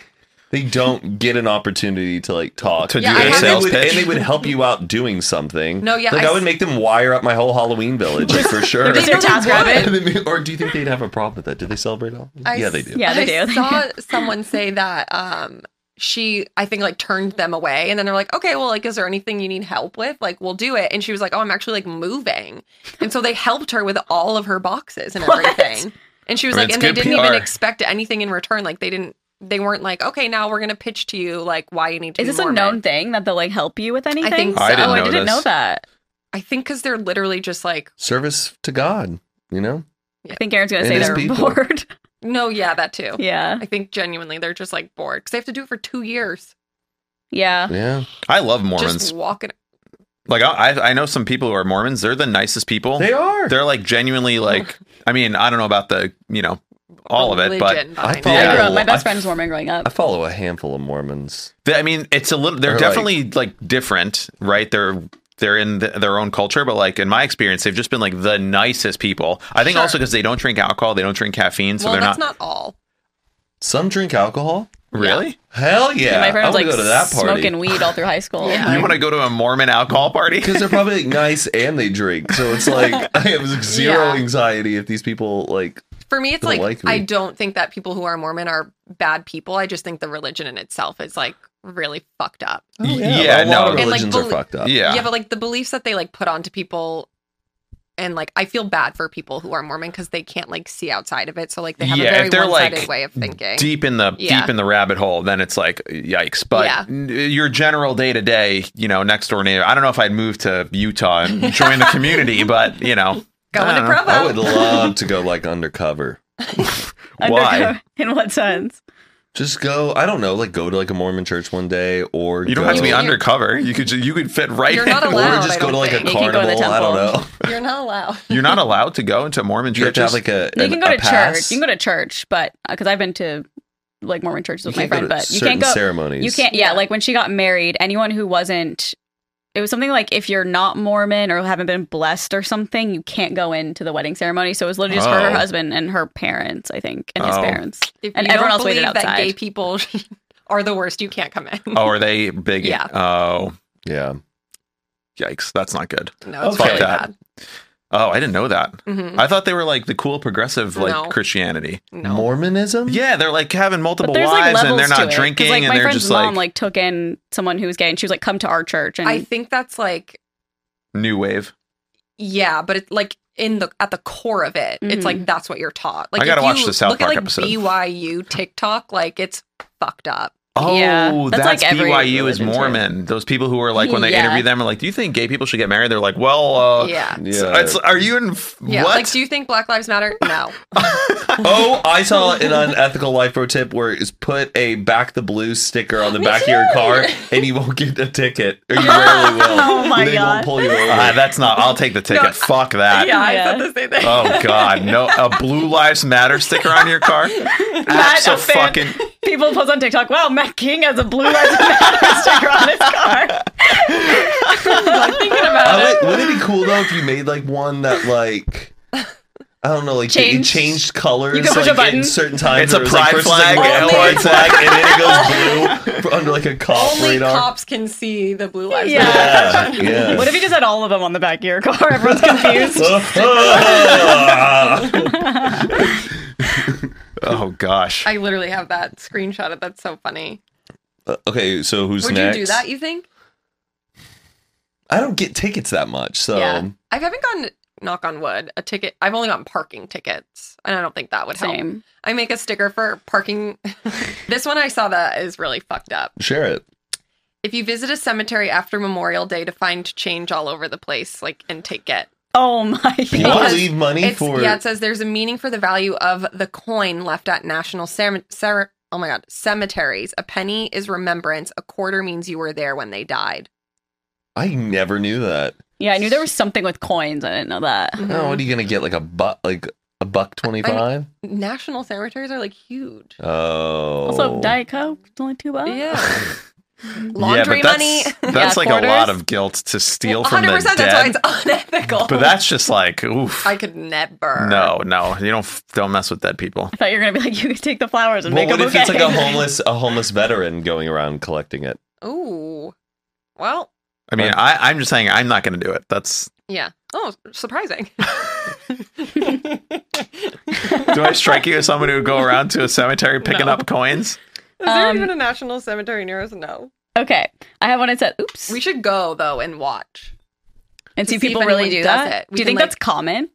Speaker 4: they don't get an opportunity to like talk
Speaker 1: To
Speaker 3: Yeah,
Speaker 1: do
Speaker 3: I
Speaker 1: a
Speaker 3: have-
Speaker 4: and, they
Speaker 1: sales
Speaker 4: would,
Speaker 1: pitch.
Speaker 4: and they would help you out doing something.
Speaker 3: No, yeah,
Speaker 4: like
Speaker 3: I
Speaker 4: I,
Speaker 3: s-
Speaker 4: would make them wire up my whole Halloween village like, for sure.
Speaker 2: Just your task rabbit.
Speaker 4: And then- or do you think they'd have a problem with that? Do they celebrate all?
Speaker 3: I
Speaker 4: yeah, they
Speaker 3: s-
Speaker 4: do.
Speaker 2: Yeah, they
Speaker 3: I
Speaker 2: do.
Speaker 3: saw someone say that um, she, I think, like turned them away, and then they're like, "Okay, well, like, is there anything you need help with? Like, we'll do it." And she was like, "Oh, I'm actually like moving," and so they helped her with all of her boxes and everything. And she was
Speaker 1: I mean,
Speaker 3: like,
Speaker 1: it's
Speaker 3: and they
Speaker 1: good
Speaker 3: didn't even
Speaker 1: PR.
Speaker 3: expect anything in return. Like, they didn't, they weren't like, "Okay, now we're gonna pitch to you like why you need to."
Speaker 2: Is
Speaker 3: be
Speaker 2: this a
Speaker 3: Mormon."
Speaker 2: known thing that they'll like help you with anything?
Speaker 3: think
Speaker 1: I so. didn't
Speaker 2: oh, I
Speaker 1: know
Speaker 2: didn't
Speaker 1: this.
Speaker 2: know that.
Speaker 3: I think because they're literally just like,
Speaker 4: Service to God, you know?
Speaker 2: I think Aaron's gonna
Speaker 4: It
Speaker 2: say
Speaker 4: is
Speaker 2: they're
Speaker 4: people.
Speaker 2: bored.
Speaker 3: No, yeah, that too.
Speaker 2: yeah,
Speaker 3: I think genuinely they're just like bored because they have to do it for two years.
Speaker 2: yeah.
Speaker 4: Yeah.
Speaker 1: I love Mormons.
Speaker 3: Just walking.
Speaker 1: Like I, I- I know some people who are Mormons. They're the nicest people.
Speaker 4: They are.
Speaker 1: They're like genuinely like. I mean, I don't know about the you know all of it, but
Speaker 3: religion
Speaker 4: I
Speaker 3: behind
Speaker 4: follow,
Speaker 2: I grew up.
Speaker 1: Yeah.
Speaker 2: My
Speaker 4: I
Speaker 2: best
Speaker 4: f-
Speaker 2: friend's Mormon growing up.
Speaker 4: I follow a handful of Mormons.
Speaker 1: They- I mean, it's a little. They're
Speaker 4: Or, like-
Speaker 1: definitely like, different, right? They're they're in th their own culture, but like in my experience, they've just been like the nicest people. I think
Speaker 3: Sure.
Speaker 1: also because they don't drink alcohol, they don't drink caffeine, so
Speaker 3: well,
Speaker 1: they're
Speaker 3: that's
Speaker 1: not,
Speaker 3: not, all.
Speaker 4: Some drink alcohol.
Speaker 1: really.
Speaker 4: Hell yeah.
Speaker 2: my friend
Speaker 4: I
Speaker 2: was like
Speaker 4: want to go to that party.
Speaker 2: smoking weed all through high school.
Speaker 3: Yeah.
Speaker 1: You want to go to a Mormon alcohol party?
Speaker 4: because they're probably like nice and they drink, so it's like I have zero
Speaker 3: Yeah.
Speaker 4: anxiety if these people like.
Speaker 3: For me, it's
Speaker 4: Don't
Speaker 3: like,
Speaker 4: like me.
Speaker 3: I don't think that people who are Mormon are bad people. I just think the religion in itself is like really fucked up.
Speaker 4: Oh,
Speaker 1: yeah,
Speaker 4: a lot
Speaker 1: no.
Speaker 4: of
Speaker 3: And, like,
Speaker 4: religions
Speaker 3: belie-
Speaker 4: are fucked up.
Speaker 1: yeah.
Speaker 3: Yeah. but like the beliefs that they like put onto people and like I feel bad for people who are Mormon because they can't like see outside of it. So like they have
Speaker 1: Yeah,
Speaker 3: a
Speaker 1: if
Speaker 3: very
Speaker 1: they're,
Speaker 3: one sided
Speaker 1: like,
Speaker 3: way of thinking.
Speaker 1: deep in the
Speaker 3: Yeah.
Speaker 1: deep in the rabbit hole, then it's like yikes. But
Speaker 3: Yeah.
Speaker 1: n- your general day to day, you know, next door neighbor. I don't know if I'd move to Utah and join the community, but you know,
Speaker 3: Going to
Speaker 1: Uh,
Speaker 3: Provo.
Speaker 4: I would love to go like undercover.
Speaker 1: why?
Speaker 2: Undercover- In what sense?
Speaker 4: Just go. I don't know. Like go to like a Mormon church one day, or
Speaker 1: You don't
Speaker 4: go-
Speaker 1: have to be
Speaker 3: You-
Speaker 1: undercover. You could ju- you could fit right.
Speaker 3: You're
Speaker 1: in.
Speaker 3: not
Speaker 4: Or
Speaker 3: allowed, I
Speaker 4: just go
Speaker 3: don't
Speaker 4: to like
Speaker 3: think.
Speaker 4: a
Speaker 2: You can
Speaker 4: carnival.
Speaker 2: go to the
Speaker 4: I don't
Speaker 2: temple.
Speaker 4: know.
Speaker 3: You're not allowed.
Speaker 1: You're not allowed to go into Mormon
Speaker 4: You have to have
Speaker 1: churches.
Speaker 4: like a.
Speaker 2: you
Speaker 4: an-
Speaker 2: can go
Speaker 4: a
Speaker 2: to
Speaker 4: pass.
Speaker 2: church. You can go to church, but because I've been to like Mormon churches with my
Speaker 4: can't go
Speaker 2: friend,
Speaker 4: to
Speaker 2: but you can't
Speaker 4: certain
Speaker 2: go.
Speaker 4: ceremonies.
Speaker 2: You can't. Yeah,
Speaker 3: Yeah.
Speaker 2: like when she got married, anyone who wasn't. It was something like if you're not Mormon or haven't been blessed or something, you can't go into the wedding ceremony. So it was literally just for her
Speaker 1: Oh.
Speaker 2: husband and her parents, I think, and his
Speaker 1: Oh.
Speaker 2: parents.
Speaker 3: If
Speaker 2: And
Speaker 3: you
Speaker 2: everyone
Speaker 3: don't
Speaker 2: else waited
Speaker 3: believe that
Speaker 2: outside.
Speaker 3: gay people are the worst, you can't come in.
Speaker 1: oh, are they big?
Speaker 3: Yeah.
Speaker 1: Oh,
Speaker 4: Yeah.
Speaker 1: yikes! That's not good.
Speaker 3: No, it's
Speaker 4: Okay.
Speaker 3: really
Speaker 1: Fuck
Speaker 3: bad.
Speaker 1: Oh, I didn't know that.
Speaker 3: Mhm.
Speaker 1: I thought they were like the cool progressive like
Speaker 3: No.
Speaker 1: Christianity.
Speaker 3: No.
Speaker 4: Mormonism.
Speaker 1: Yeah, they're like having
Speaker 2: But
Speaker 1: multiple
Speaker 2: there's
Speaker 1: wives
Speaker 2: like levels
Speaker 1: and they're
Speaker 2: to
Speaker 1: not
Speaker 2: it, 'cause,
Speaker 1: drinking
Speaker 2: Like,
Speaker 1: and
Speaker 2: my
Speaker 1: they're
Speaker 2: friend's
Speaker 1: just
Speaker 2: mom
Speaker 1: like
Speaker 2: like took in someone who was gay and she was like, "Come to our church." And
Speaker 3: I think that's like
Speaker 1: new wave.
Speaker 3: yeah, but it's like in the at the core of it,
Speaker 2: Mhm.
Speaker 3: it's like that's what you're taught. Like
Speaker 1: Mm-hmm. I gotta
Speaker 3: if
Speaker 1: watch
Speaker 3: you
Speaker 1: the South
Speaker 3: look at,
Speaker 1: Park
Speaker 3: like,
Speaker 1: episode.
Speaker 3: BYU TikTok, like it's fucked up.
Speaker 1: Oh,
Speaker 2: Yeah,
Speaker 1: that's,
Speaker 2: that's like every
Speaker 1: BYU is
Speaker 2: religion, too.
Speaker 1: Mormon. Those people who are like when they
Speaker 2: Yeah.
Speaker 1: interview them are like, "Do you think gay people should get married?" They're like, "Well, uh,
Speaker 3: yeah,
Speaker 4: Yeah.
Speaker 1: it's- it's- are you in f-
Speaker 3: yeah.
Speaker 1: what?"
Speaker 3: Like, do you think Black Lives Matter? No.
Speaker 4: Oh, I saw an unethical life pro tip where it's put a back the blue sticker on the back of your car and you won't get a ticket. Or you rarely will.
Speaker 2: Oh my
Speaker 4: they
Speaker 2: God.
Speaker 4: won't pull you over.
Speaker 1: Ah, that's not. I'll take the ticket.
Speaker 3: No.
Speaker 1: Fuck that.
Speaker 3: yeah, I
Speaker 2: Yeah.
Speaker 3: said the same thing.
Speaker 1: Oh God, no! A Blue Lives Matter sticker on your car.
Speaker 2: Not a
Speaker 1: Absolutely.
Speaker 2: fan.
Speaker 1: fucking.
Speaker 2: People post on TikTok, "Wow, Matt King has a blue lives matter sticker on his car."
Speaker 4: I like, wouldn't it be cool though if you made like one that like I don't know, like
Speaker 2: Change.
Speaker 4: it changed colors
Speaker 2: You can push
Speaker 4: like,
Speaker 2: a button.
Speaker 4: in certain times.
Speaker 1: It's a
Speaker 4: where it was,
Speaker 1: pride
Speaker 4: like, first it's, like,
Speaker 1: flag,
Speaker 4: red
Speaker 1: only-
Speaker 4: pride flag, and then it goes blue under like a cop
Speaker 3: Only
Speaker 4: radar.
Speaker 3: cops can see the blue lives
Speaker 2: Yeah.
Speaker 3: matter.
Speaker 4: Yeah, yeah.
Speaker 2: What if you just had all of them on the back of your car? Everyone's confused.
Speaker 1: Oh gosh.
Speaker 3: I literally have that screenshot of that's so funny.
Speaker 4: okay, so who's
Speaker 3: Would
Speaker 4: next?
Speaker 3: you do that, you think?
Speaker 4: I don't get tickets that much, so
Speaker 3: Yeah. I haven't gotten knock on wood, a ticket I've only gotten parking tickets. And I don't think that would help.
Speaker 2: Same.
Speaker 3: I make a sticker for parking. this one I saw that is really fucked up.
Speaker 4: share it.
Speaker 3: If you visit a cemetery after Memorial Day to find change all over the place, like and take it.
Speaker 2: Oh my
Speaker 4: People
Speaker 2: god.
Speaker 3: Because
Speaker 4: leave money
Speaker 3: It's,
Speaker 4: for
Speaker 3: yeah, it says there's a meaning for the value of the coin left at national cem- cer- oh my god cemeteries. A penny is remembrance. A quarter means you were there when they died.
Speaker 4: I never knew that.
Speaker 2: Yeah, I knew there was something with coins. I didn't know that.
Speaker 1: Mm-hmm.
Speaker 4: Oh, what are you gonna get? Like a buck, like a buck twenty five.
Speaker 3: National cemeteries are like huge.
Speaker 4: Oh,
Speaker 2: Also, Diet Coke, it's only two bucks.
Speaker 3: Yeah,
Speaker 1: yeah,
Speaker 3: laundry
Speaker 1: but
Speaker 3: money.
Speaker 1: that's, That's
Speaker 2: Yeah,
Speaker 1: like a
Speaker 2: quarters.
Speaker 1: lot of guilt to steal from the
Speaker 3: 100%,
Speaker 1: dead.
Speaker 3: That's why it's unethical.
Speaker 1: but that's just like, oof.
Speaker 3: I could never.
Speaker 1: no, no, you don't f- don't mess with dead people.
Speaker 2: I thought you were gonna be like, you could take the flowers and
Speaker 4: Well,
Speaker 2: make a
Speaker 4: what if
Speaker 2: bouquet.
Speaker 4: it's like a homeless a homeless veteran going around collecting it?
Speaker 3: Ooh. Well,
Speaker 1: I mean, I, I'm just saying, I'm not going to do it. That's
Speaker 3: yeah. Oh, surprising.
Speaker 1: do I strike you as someone who would go around to a cemetery picking
Speaker 3: No.
Speaker 1: up coins?
Speaker 3: Is there
Speaker 2: Um,
Speaker 3: even a national cemetery near us? No.
Speaker 2: okay, I have one. that said, "Oops,"
Speaker 3: We should go though and watch.
Speaker 2: and see
Speaker 3: to
Speaker 2: if
Speaker 3: see
Speaker 2: people
Speaker 3: if
Speaker 2: really
Speaker 3: anyone
Speaker 2: do
Speaker 3: does
Speaker 2: that.
Speaker 3: it. We
Speaker 2: do you
Speaker 3: can,
Speaker 2: think
Speaker 3: like-
Speaker 2: that's common?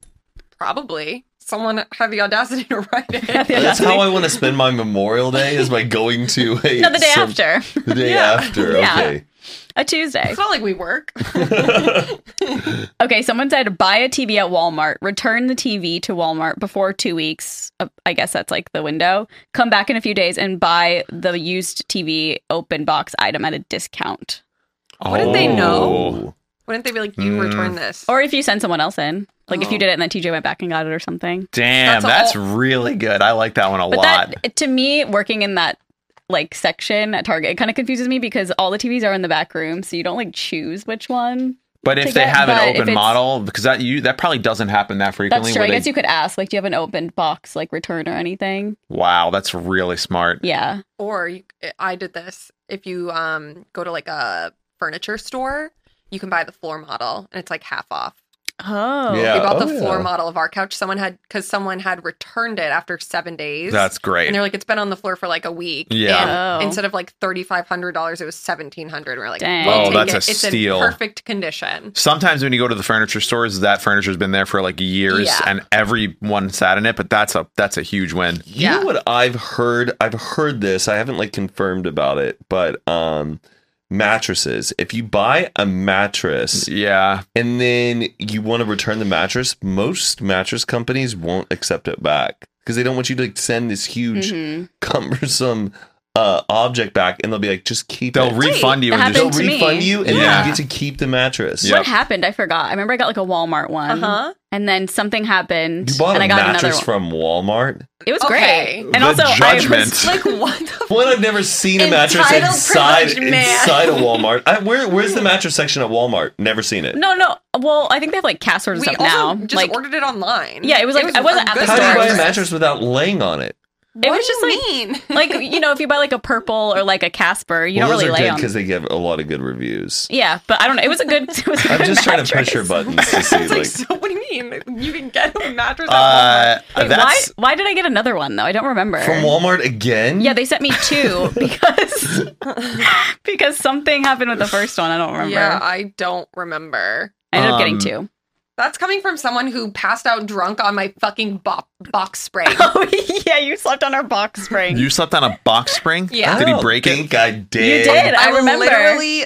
Speaker 3: Probably. Someone had the audacity to write it.
Speaker 2: Yeah,
Speaker 4: That's how I want to spend my Memorial Day is by going to a
Speaker 2: No, the day
Speaker 4: some-
Speaker 2: after.
Speaker 4: The day after,
Speaker 2: Yeah.
Speaker 4: okay.
Speaker 2: A Tuesday.
Speaker 3: It's not like we work.
Speaker 2: Okay, someone said buy a TV at Walmart, return the TV to Walmart before two weeks. uh, I guess that's like the window. Come back in a few days and buy the used TV open box item at a discount.
Speaker 3: Wouldn't
Speaker 1: Oh.
Speaker 3: they
Speaker 4: know?
Speaker 3: Wouldn't they be like, you
Speaker 1: Mm.
Speaker 3: return this?
Speaker 2: Or if you send someone else in, like if
Speaker 3: Oh.
Speaker 2: you did it and then TJ went back and got it or something.
Speaker 1: Damn, that's,
Speaker 3: That's
Speaker 1: really good. I like that one a
Speaker 2: But
Speaker 1: lot.
Speaker 2: that, to me, working in that like section at Target, it kind of confuses me because all the TVs are in the back room, so you don't like choose which one.
Speaker 1: but
Speaker 2: to
Speaker 1: if they
Speaker 2: get-
Speaker 1: have
Speaker 2: but
Speaker 1: an
Speaker 2: if
Speaker 1: open
Speaker 2: it's-
Speaker 1: model, because that you that probably doesn't happen that frequently.
Speaker 2: That's true.
Speaker 1: where
Speaker 2: I
Speaker 1: they-
Speaker 2: guess you could ask, like, do you have an open box like return or anything?
Speaker 1: wow, that's really smart.
Speaker 2: Yeah.
Speaker 3: or you, I did this. If you um go to like a furniture store, you can buy the floor model, and it's like half off.
Speaker 2: Oh.
Speaker 4: Yeah.
Speaker 3: we bought
Speaker 4: Oh,
Speaker 3: the floor
Speaker 4: yeah.
Speaker 3: model of our couch. Someone had because someone had returned it after seven days.
Speaker 1: That's
Speaker 3: and
Speaker 1: great.
Speaker 3: they're like, it's been on the floor for like a week.
Speaker 1: Yeah.
Speaker 3: And
Speaker 2: Oh.
Speaker 3: instead of like thirty five hundred dollars, it was seventeen hundred. We're like,
Speaker 2: Dang.
Speaker 3: we'll
Speaker 2: Oh,
Speaker 3: take
Speaker 1: that's
Speaker 3: it.
Speaker 1: a
Speaker 3: it's
Speaker 1: steal.
Speaker 3: in perfect condition.
Speaker 1: Sometimes when you go to the furniture stores, that furniture's been there for like years,
Speaker 3: Yeah.
Speaker 1: and everyone sat in it. But that's a that's a huge win.
Speaker 4: You know what I've heard? I've heard this. I haven't like confirmed about it, but um mattresses. If you buy a mattress
Speaker 1: Yeah,
Speaker 4: and then you want to return the mattress, most mattress companies won't accept it back because they don't want you to like send this huge
Speaker 2: Mhm.
Speaker 4: cumbersome uh object back and they'll be like just keep
Speaker 1: they'll
Speaker 4: it.
Speaker 1: refund you.
Speaker 2: that
Speaker 1: And
Speaker 4: they'll
Speaker 1: just,
Speaker 2: happened to me.
Speaker 4: refund you and
Speaker 1: Yeah.
Speaker 4: then you get to keep the mattress.
Speaker 1: Yeah.
Speaker 2: What happened? I forgot. I remember I got like a Walmart one,
Speaker 3: Uh huh.
Speaker 2: and then something happened,
Speaker 4: You bought
Speaker 2: and
Speaker 4: a
Speaker 2: I got another
Speaker 4: mattress
Speaker 2: one.
Speaker 4: from Walmart.
Speaker 2: it was
Speaker 3: Okay.
Speaker 2: great, and
Speaker 1: The
Speaker 2: also I
Speaker 1: judgment.
Speaker 2: was
Speaker 3: Like what the
Speaker 4: One I've never seen a mattress
Speaker 3: Entitled
Speaker 4: inside
Speaker 3: privileged man.
Speaker 4: inside a Walmart. I, where where's the mattress section at Walmart? Never seen it.
Speaker 2: no, no. Well, I think they have like cast stores and
Speaker 3: we
Speaker 2: stuff
Speaker 3: also
Speaker 2: now.
Speaker 3: just
Speaker 2: like
Speaker 3: ordered it online.
Speaker 2: Yeah, it was like- I wasn't
Speaker 3: a
Speaker 2: at the
Speaker 3: good
Speaker 4: How do you buy a
Speaker 2: Stores.
Speaker 4: mattress without laying on it?
Speaker 3: What
Speaker 2: was
Speaker 3: do
Speaker 2: just,
Speaker 3: you
Speaker 2: like-
Speaker 3: mean?
Speaker 2: like you know, if you buy like a purple or like a Casper, you
Speaker 4: Well,
Speaker 2: don't
Speaker 4: those
Speaker 2: really lay
Speaker 4: are good
Speaker 2: on.
Speaker 4: because they give a lot of good reviews.
Speaker 2: Yeah, but I don't know. It was a good. It was a
Speaker 4: I'm
Speaker 2: good
Speaker 4: just trying to push
Speaker 2: mattress.
Speaker 4: your buttons to see
Speaker 3: It's like,
Speaker 4: like.
Speaker 3: so what do you mean? You can get a mattress. at
Speaker 1: uh,
Speaker 2: Wait, why?
Speaker 1: that's
Speaker 2: Why did I get another one though? I don't remember.
Speaker 4: From Walmart again?
Speaker 2: Yeah, they sent me two because because something happened with the first one. I don't
Speaker 3: Walmart?
Speaker 2: remember.
Speaker 3: Yeah, I don't remember.
Speaker 2: I ended up getting
Speaker 1: Um,
Speaker 2: two.
Speaker 3: That's coming from someone who passed out drunk on my fucking bo- box spring.
Speaker 2: Oh yeah, you slept on our box spring.
Speaker 1: you slept on a box spring.
Speaker 3: Yeah.
Speaker 1: Did he break
Speaker 4: I
Speaker 1: it?
Speaker 4: think I did.
Speaker 2: You did. I remember.
Speaker 3: literally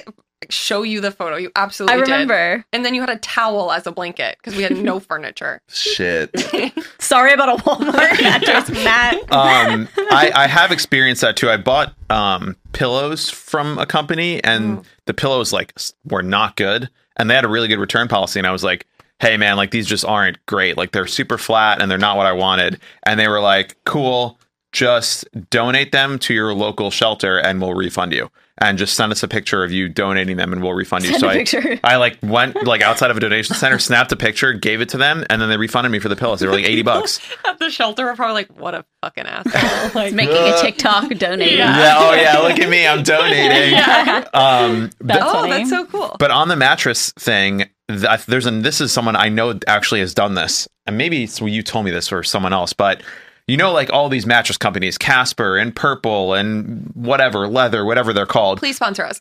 Speaker 3: show you the photo. You absolutely
Speaker 2: I remember.
Speaker 3: Did. And then you had a towel as a blanket because we had no furniture.
Speaker 4: Shit.
Speaker 2: Sorry about a Walmart mattress, Matt.
Speaker 1: um, I, I have experienced that too. I bought um, pillows from a company,
Speaker 2: Oh.
Speaker 1: and the pillows like s- were not good, and they had a really good return policy. And I was like, "Hey, man, like these just aren't great. Like they're super flat, and they're not what I wanted." And they were like, "Cool, just donate them to your local shelter, and we'll refund you." And just send us a picture of you donating them, and we'll refund you.
Speaker 2: Send
Speaker 1: so
Speaker 2: a
Speaker 1: I,
Speaker 2: picture.
Speaker 1: I like went like outside of a donation center, snapped a picture, gave it to them, and then they refunded me for the pillows. They were like eighty bucks.
Speaker 3: At the shelter, we're probably like, what a fucking asshole. Like,
Speaker 2: It's making a TikTok donating.
Speaker 3: Oh Yeah.
Speaker 1: yeah. Oh yeah. Look at me. I'm donating. Um, but,
Speaker 2: That's
Speaker 3: oh,
Speaker 2: funny.
Speaker 3: that's so cool.
Speaker 1: but on the mattress thing, that, there's an. This is someone I know actually has done this, and maybe it's, well, you told me this or someone else, but. You know, like all these mattress companies, Casper and Purple and whatever, Leather, whatever they're called,
Speaker 3: Please sponsor us.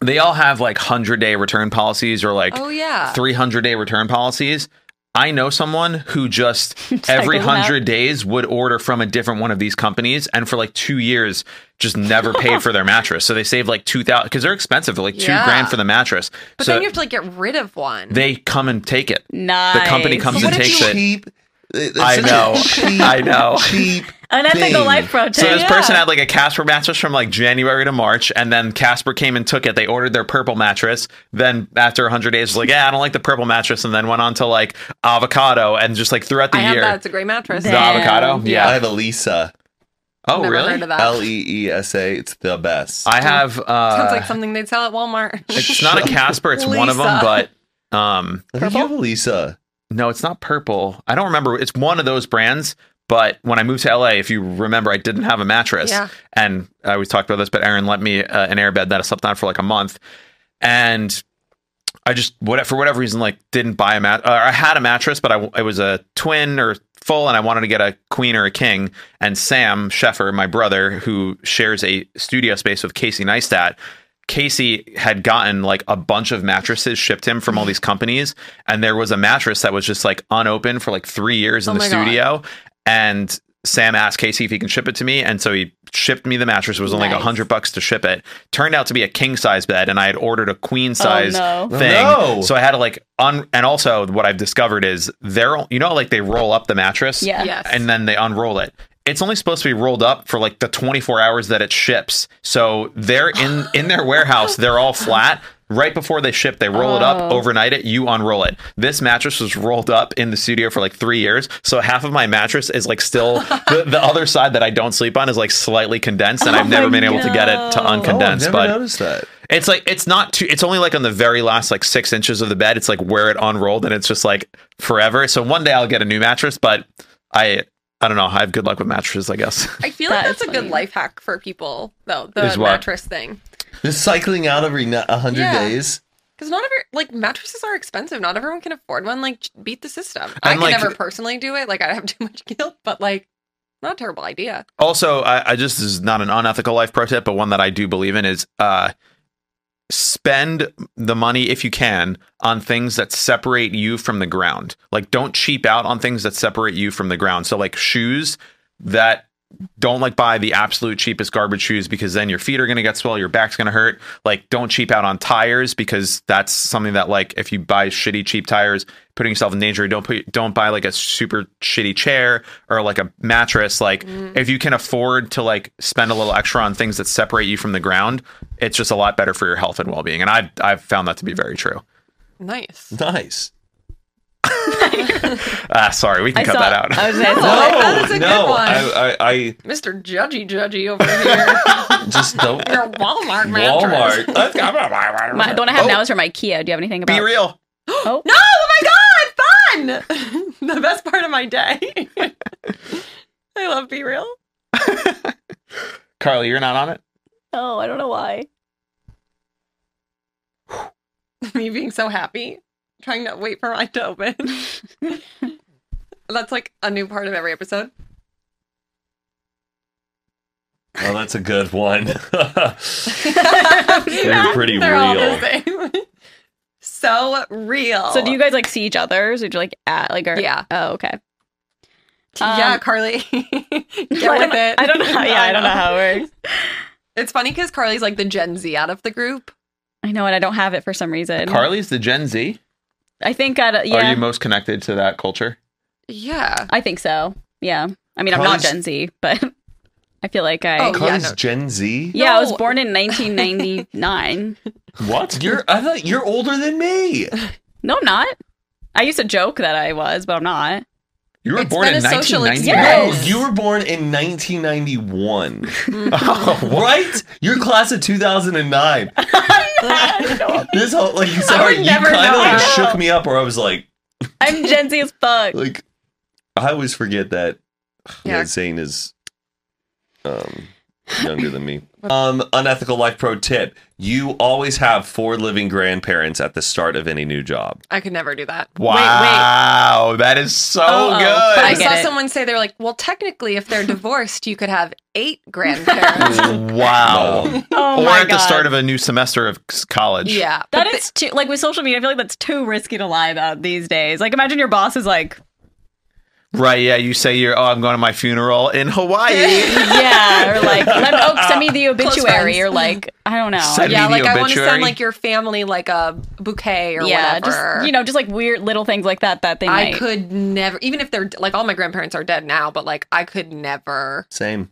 Speaker 1: they all have like 100 day return policies or like
Speaker 3: oh, yeah.
Speaker 1: 300 day return policies. I know someone who just every
Speaker 2: Cycles them out.
Speaker 1: 100 days would order from a different one of these companies and for like two years just never paid for their mattress. So they saved like 2000 because they're expensive. They're like two
Speaker 3: Yeah.
Speaker 1: grand for the mattress.
Speaker 3: But
Speaker 1: so
Speaker 3: then you have to like get rid of one.
Speaker 1: they come and take it.
Speaker 2: nice.
Speaker 1: The company comes
Speaker 4: What
Speaker 1: and
Speaker 4: a
Speaker 1: takes it.
Speaker 4: cheap. That's
Speaker 1: I
Speaker 4: such a
Speaker 1: know.
Speaker 4: Cheap,
Speaker 1: I know.
Speaker 4: Cheap.
Speaker 2: Unethical
Speaker 4: thing.
Speaker 2: life project.
Speaker 1: So this
Speaker 3: Yeah.
Speaker 1: person had like a Casper mattress from like January to March, and then Casper came and took it. They ordered their purple mattress. Then after 100 days, was like, yeah, I don't like the purple mattress, and then went on to like avocado and just like throughout the
Speaker 3: I have
Speaker 1: year.
Speaker 3: that. It's a great mattress.
Speaker 1: The
Speaker 2: Damn.
Speaker 1: avocado, yeah.
Speaker 4: I have a Lisa.
Speaker 1: oh,
Speaker 3: Never
Speaker 1: really?
Speaker 3: heard of that.
Speaker 4: L E E S A. It's the best.
Speaker 1: I have. Uh,
Speaker 3: Sounds like something they'd sell at Walmart.
Speaker 1: it's not a Casper. It's one of them, but um,
Speaker 4: I think you have a Lisa.
Speaker 1: no, it's not purple. I don't remember. It's one of those brands. But when I moved to LA, if you remember, I didn't have a mattress,
Speaker 3: Yeah.
Speaker 1: and I always talked about this. But Aaron lent me uh, an airbed that I slept on for like a month, and I just what for whatever reason like didn't buy a mat. Or I had a mattress, but I it was a twin or full, and I wanted to get a queen or a king. And Sam Sheffer, my brother, who shares a studio space with Casey Neistat, Casey had gotten like a bunch of mattresses shipped him from all these companies, and there was a mattress that was just like unopened for like three years in
Speaker 3: Oh
Speaker 1: the
Speaker 3: my God.
Speaker 1: studio, and Sam asked Casey if he can ship it to me, and so he shipped me the mattress. It was only like
Speaker 2: Nice.
Speaker 1: a hundred bucks to ship it. Turned out to be a king size bed, and I had ordered a queen size
Speaker 2: Oh, no.
Speaker 1: thing.
Speaker 4: No.
Speaker 1: So I had to like un. And also, what I've discovered is they're you know like they roll up the mattress,
Speaker 2: Yeah.
Speaker 3: Yes.
Speaker 1: and then they unroll it. It's only supposed to be rolled up for like the 24 hours that it ships. So they're in in their warehouse. They're all flat. Right before they ship, they roll it up,
Speaker 2: Oh.
Speaker 1: overnight it, you unroll it. This mattress was rolled up in the studio for like three years, so half of my mattress is like still the, the other side that I don't sleep on is like slightly condensed,
Speaker 2: Oh
Speaker 1: and I've never been able to get it to
Speaker 2: no.
Speaker 4: Oh, I've
Speaker 1: uncondense.
Speaker 4: never
Speaker 1: but
Speaker 4: noticed that.
Speaker 1: it's like it's not too. It's only like on the very last like six inches of the bed. It's like where it unrolled, and it's just like forever. So one day I'll get a new mattress, but I I don't know. I have good luck with mattresses, I guess.
Speaker 3: I feel
Speaker 2: That
Speaker 3: like that's
Speaker 2: is
Speaker 3: a good
Speaker 2: funny.
Speaker 3: life hack for people, though.
Speaker 1: Is
Speaker 3: The
Speaker 1: what?
Speaker 3: mattress thing,
Speaker 4: Just cycling out every ni- 100
Speaker 3: Yeah.
Speaker 4: days.
Speaker 3: because not every like mattresses are expensive. Not everyone can afford one. Like, j- beat the system. I
Speaker 1: And,
Speaker 3: can
Speaker 1: like-
Speaker 3: never personally do it. Like, I have too much guilt. But like, not a terrible idea.
Speaker 1: also, I, I just this is not an unethical life pro tip, but one that I do believe in is uh spend the money if you can on things that separate you from the ground. Like don't cheap out on things that separate you from the ground. So like shoes that don't like buy the absolute cheapest garbage shoes because then your feet are going to get swell, your back's going to hurt. Like don't cheap out on tires because that's something that like if you buy shitty cheap tires, putting yourself in danger. Don't put don't buy like a super shitty chair or like a mattress. Like
Speaker 2: Mm.
Speaker 1: if you can afford to like spend a little extra on things that separate you from the ground, it's just a lot better for your health and well-being. And I have I've found that to be very true.
Speaker 3: Nice.
Speaker 4: Nice.
Speaker 1: Ah, sorry, we can
Speaker 2: I
Speaker 1: cut
Speaker 2: saw,
Speaker 1: that out.
Speaker 2: I was gonna say, I saw
Speaker 3: Oh, that's a good
Speaker 4: no.
Speaker 3: one.
Speaker 4: I, I,
Speaker 3: Mr. Judgy Judgy over here.
Speaker 4: I just don't.
Speaker 3: Your Walmart mattress.
Speaker 4: Walmart. Let's go.
Speaker 2: it. my, the one I have
Speaker 1: Oh.
Speaker 2: now is from IKEA. Do you have anything about?
Speaker 1: be real.
Speaker 2: Oh,
Speaker 3: No, oh my god, fun! the best part of my day. I love Be Real.
Speaker 1: Carly, you're not on it?
Speaker 2: oh, I don't know why.
Speaker 3: Me being so happy, trying to wait for mine to open. That's like a new part of every episode.
Speaker 4: Oh, that's a good one.
Speaker 3: They're
Speaker 4: pretty
Speaker 3: all the same. so real.
Speaker 2: So do you guys like see each other? So do you like at like or
Speaker 3: Yeah.
Speaker 2: Oh, okay.
Speaker 3: yeah,
Speaker 2: um,
Speaker 3: Carly. Get with
Speaker 2: I don't,
Speaker 3: it.
Speaker 2: I don't know. How, yeah, I don't know how it works.
Speaker 3: It's funny because Carly's like the Gen Z out of the group.
Speaker 2: I know, and I don't have it for some reason.
Speaker 1: Carly's the Gen Z.
Speaker 2: I think I yeah.
Speaker 1: Are you most connected to that culture?
Speaker 3: Yeah.
Speaker 2: I think so. Yeah. I mean, I'm not
Speaker 4: Carly's-
Speaker 2: Gen Z, but I feel like I.
Speaker 3: Oh,
Speaker 4: Carly's
Speaker 3: Yeah, no.
Speaker 4: Gen Z.
Speaker 2: yeah, I was
Speaker 3: No.
Speaker 2: born in 1999.
Speaker 4: What? You're I thought you're older than me.
Speaker 2: no, I'm not. I used to joke that I was, but I'm not.
Speaker 1: You were
Speaker 3: It's
Speaker 1: born
Speaker 3: been
Speaker 1: in
Speaker 3: a social
Speaker 1: 1990.
Speaker 2: experiment.
Speaker 4: No, you were born in 1991.
Speaker 1: Oh,
Speaker 4: right? You're class of 2009. This whole like sorry, you
Speaker 3: never
Speaker 4: kind
Speaker 3: know.
Speaker 4: of like
Speaker 3: I know.
Speaker 4: shook me up, or I was like,
Speaker 2: I'm Gen Z as fuck.
Speaker 4: like I always forget that
Speaker 3: Yeah.
Speaker 4: yeah. Zane is um younger than me. Um, unethical life pro tip: You always have four living grandparents at the start of any new job.
Speaker 3: I could never do that.
Speaker 1: Wow, that is so
Speaker 2: Uh-oh,
Speaker 1: Oh, good.
Speaker 2: but
Speaker 3: Oh, I,
Speaker 2: I get
Speaker 3: saw
Speaker 2: it.
Speaker 3: someone say they're like, well, technically, if they're divorced, you could have eight grandparents.
Speaker 4: Um,
Speaker 1: wow.
Speaker 2: Oh
Speaker 1: or
Speaker 2: my
Speaker 1: at
Speaker 2: God.
Speaker 1: the start of a new semester of s- college.
Speaker 3: yeah,
Speaker 2: That
Speaker 3: but
Speaker 2: is too like with social media. I feel like that's too risky to lie about these days. Like, imagine your boss is like,
Speaker 1: Right. Yeah. You say you're, oh, I'm going to my funeral in Hawaii.
Speaker 2: yeah, or like, let oh, send me the
Speaker 3: Close
Speaker 2: obituary,
Speaker 3: friends.
Speaker 2: or like, I don't know,
Speaker 1: Send
Speaker 3: they- yeah,
Speaker 1: me
Speaker 3: like
Speaker 1: the
Speaker 3: I want to
Speaker 1: obituary.
Speaker 3: send like your family like a bouquet or
Speaker 2: yeah,
Speaker 3: whatever.
Speaker 2: just you know, just like weird little things like that that they
Speaker 3: I
Speaker 2: might.
Speaker 3: could never, even if they're like all my grandparents are dead now, but like I could never.
Speaker 4: Same.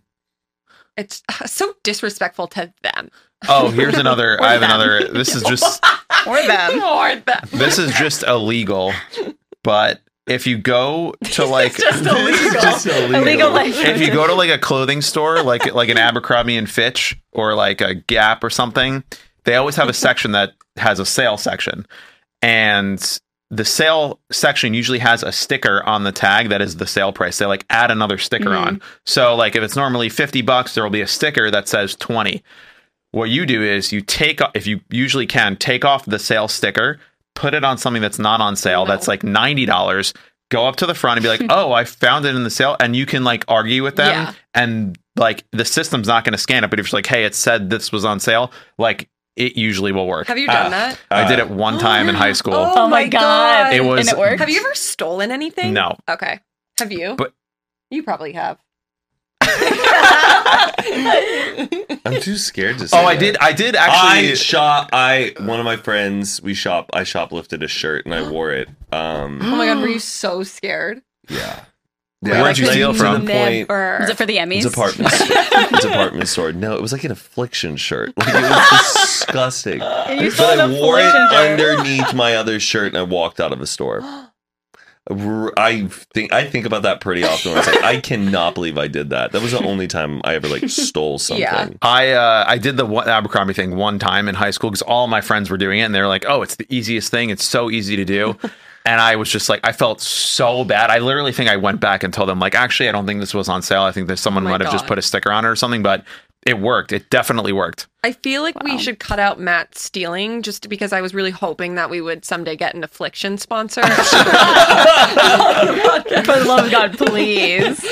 Speaker 3: It's so disrespectful to them.
Speaker 1: oh, here's another. I have
Speaker 2: them.
Speaker 1: another. This is just,
Speaker 2: or them.
Speaker 3: Or them.
Speaker 1: this is just illegal. But if you go to like,
Speaker 2: just
Speaker 4: This is
Speaker 2: illegal.
Speaker 4: just illegal.
Speaker 2: Illegal life.
Speaker 1: if you go to like a clothing store, like like an Abercrombie and Fitch or like a Gap or something, they always have a section that has a sale section, and the sale section usually has a sticker on the tag that is the sale price. They like add another sticker
Speaker 2: Mhm.
Speaker 1: on. So like if it's normally fifty bucks, there will be a sticker that says twenty. What you do is you take if you usually can take off the sale sticker, put it on something that's not on sale that's like ninety dollars. Go up to the front and be like, "Oh, I found it in the sale," and you can like argue with them,
Speaker 3: Yeah.
Speaker 1: and like the system's not going to scan it. But if you're like, "Hey, it said this was on sale," like it usually will work.
Speaker 3: Have you Uh, done
Speaker 4: Ah.
Speaker 3: that?
Speaker 1: I did it one time in high school.
Speaker 2: Oh, my god!
Speaker 1: It was-
Speaker 2: and it worked.
Speaker 3: Have you ever stolen anything?
Speaker 1: No.
Speaker 3: Okay. Have you?
Speaker 1: But-
Speaker 3: you probably have. Oh
Speaker 4: I'm too scared to say
Speaker 1: Oh, I
Speaker 4: that.
Speaker 1: did. I did
Speaker 4: I
Speaker 1: actually. uh,
Speaker 4: shop. I one of my friends. We shop. I shoplifted a shirt and I wore it. Um,
Speaker 3: Oh my god, were you so scared?
Speaker 4: yeah.
Speaker 1: Where'd you steal
Speaker 4: to
Speaker 1: from?
Speaker 4: the point-
Speaker 3: Never.
Speaker 2: Was it for the Emmys?
Speaker 4: It's apartment. it's apartment store. No, it was like an affliction shirt. Like it was disgusting.
Speaker 2: You
Speaker 4: but
Speaker 2: sold
Speaker 4: I
Speaker 2: a
Speaker 4: wore it
Speaker 2: Felicia shirt.
Speaker 4: underneath my other shirt, and I walked out of the store. R- I think I think about that pretty often. When I, was like, I cannot believe I did that. That was the only time I ever like stole something.
Speaker 3: Yeah.
Speaker 1: I uh, I did the one, Abercrombie thing one time in high school because all my friends were doing it and they were like, "Oh, it's the easiest thing. It's so easy to do." and I was just like, I felt so bad. I literally think I went back and told them like, "Actually, I don't think this was on sale. I think that someone
Speaker 3: Oh my
Speaker 1: might have just
Speaker 3: God.
Speaker 1: put a sticker on it or something." But it worked. It definitely worked.
Speaker 3: I feel like
Speaker 2: Wow.
Speaker 3: we should cut out Matt stealing just because I was really hoping that we would someday get an affliction sponsor.
Speaker 2: For the love of Oh God, please.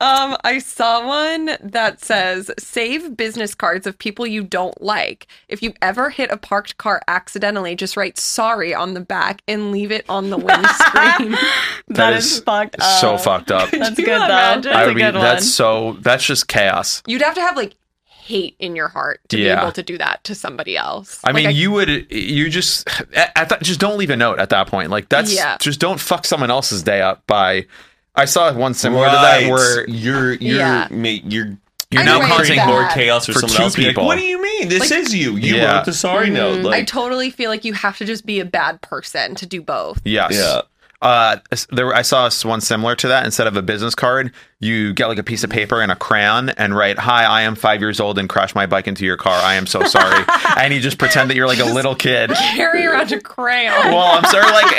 Speaker 3: um, I saw one that says save business cards of people you don't like. If you ever hit a parked car accidentally, just write sorry on the back and leave it on the windscreen.
Speaker 1: That
Speaker 2: that
Speaker 1: is
Speaker 2: is, fucked up.
Speaker 3: Oh.
Speaker 1: so fucked up.
Speaker 2: That's
Speaker 3: Can
Speaker 2: good
Speaker 3: you
Speaker 2: though.
Speaker 3: imagine?
Speaker 1: I
Speaker 2: That's a
Speaker 1: would be,
Speaker 2: good one.
Speaker 1: that's so that's just chaos.
Speaker 3: You'd have to have like hate in your heart to
Speaker 1: Yeah.
Speaker 3: be able to do that to somebody else.
Speaker 1: I
Speaker 3: Like,
Speaker 1: mean, you would you just at, at that just don't leave a note at that point. Like that's
Speaker 3: Yeah.
Speaker 1: just don't fuck someone else's day up by. I saw one similar to that
Speaker 4: Right.
Speaker 1: where
Speaker 4: you're you're
Speaker 3: Yeah.
Speaker 4: mate, you're
Speaker 1: you're
Speaker 3: I
Speaker 1: now
Speaker 3: write
Speaker 1: causing
Speaker 3: that.
Speaker 1: more
Speaker 4: more chaos for,
Speaker 1: For
Speaker 4: someone
Speaker 1: two
Speaker 4: else. Be
Speaker 1: people.
Speaker 4: Like, Mm-hmm. what do you mean? This
Speaker 3: Like-
Speaker 4: is you. You
Speaker 1: Yeah.
Speaker 4: wrote the sorry note.
Speaker 3: Mm. I
Speaker 4: Like
Speaker 3: totally feel like you have to just be a bad person to do both.
Speaker 1: Yes.
Speaker 4: Yeah.
Speaker 1: Uh, s- there, were- I saw s- one similar to that. Instead of a business card, you get like a piece of paper and a crayon and write, "Hi, I am five years old and crashed my bike into your car. I am so sorry." and you just pretend that you're like a little kid.
Speaker 3: Carry around a crayon.
Speaker 1: well, I'm sorry, like,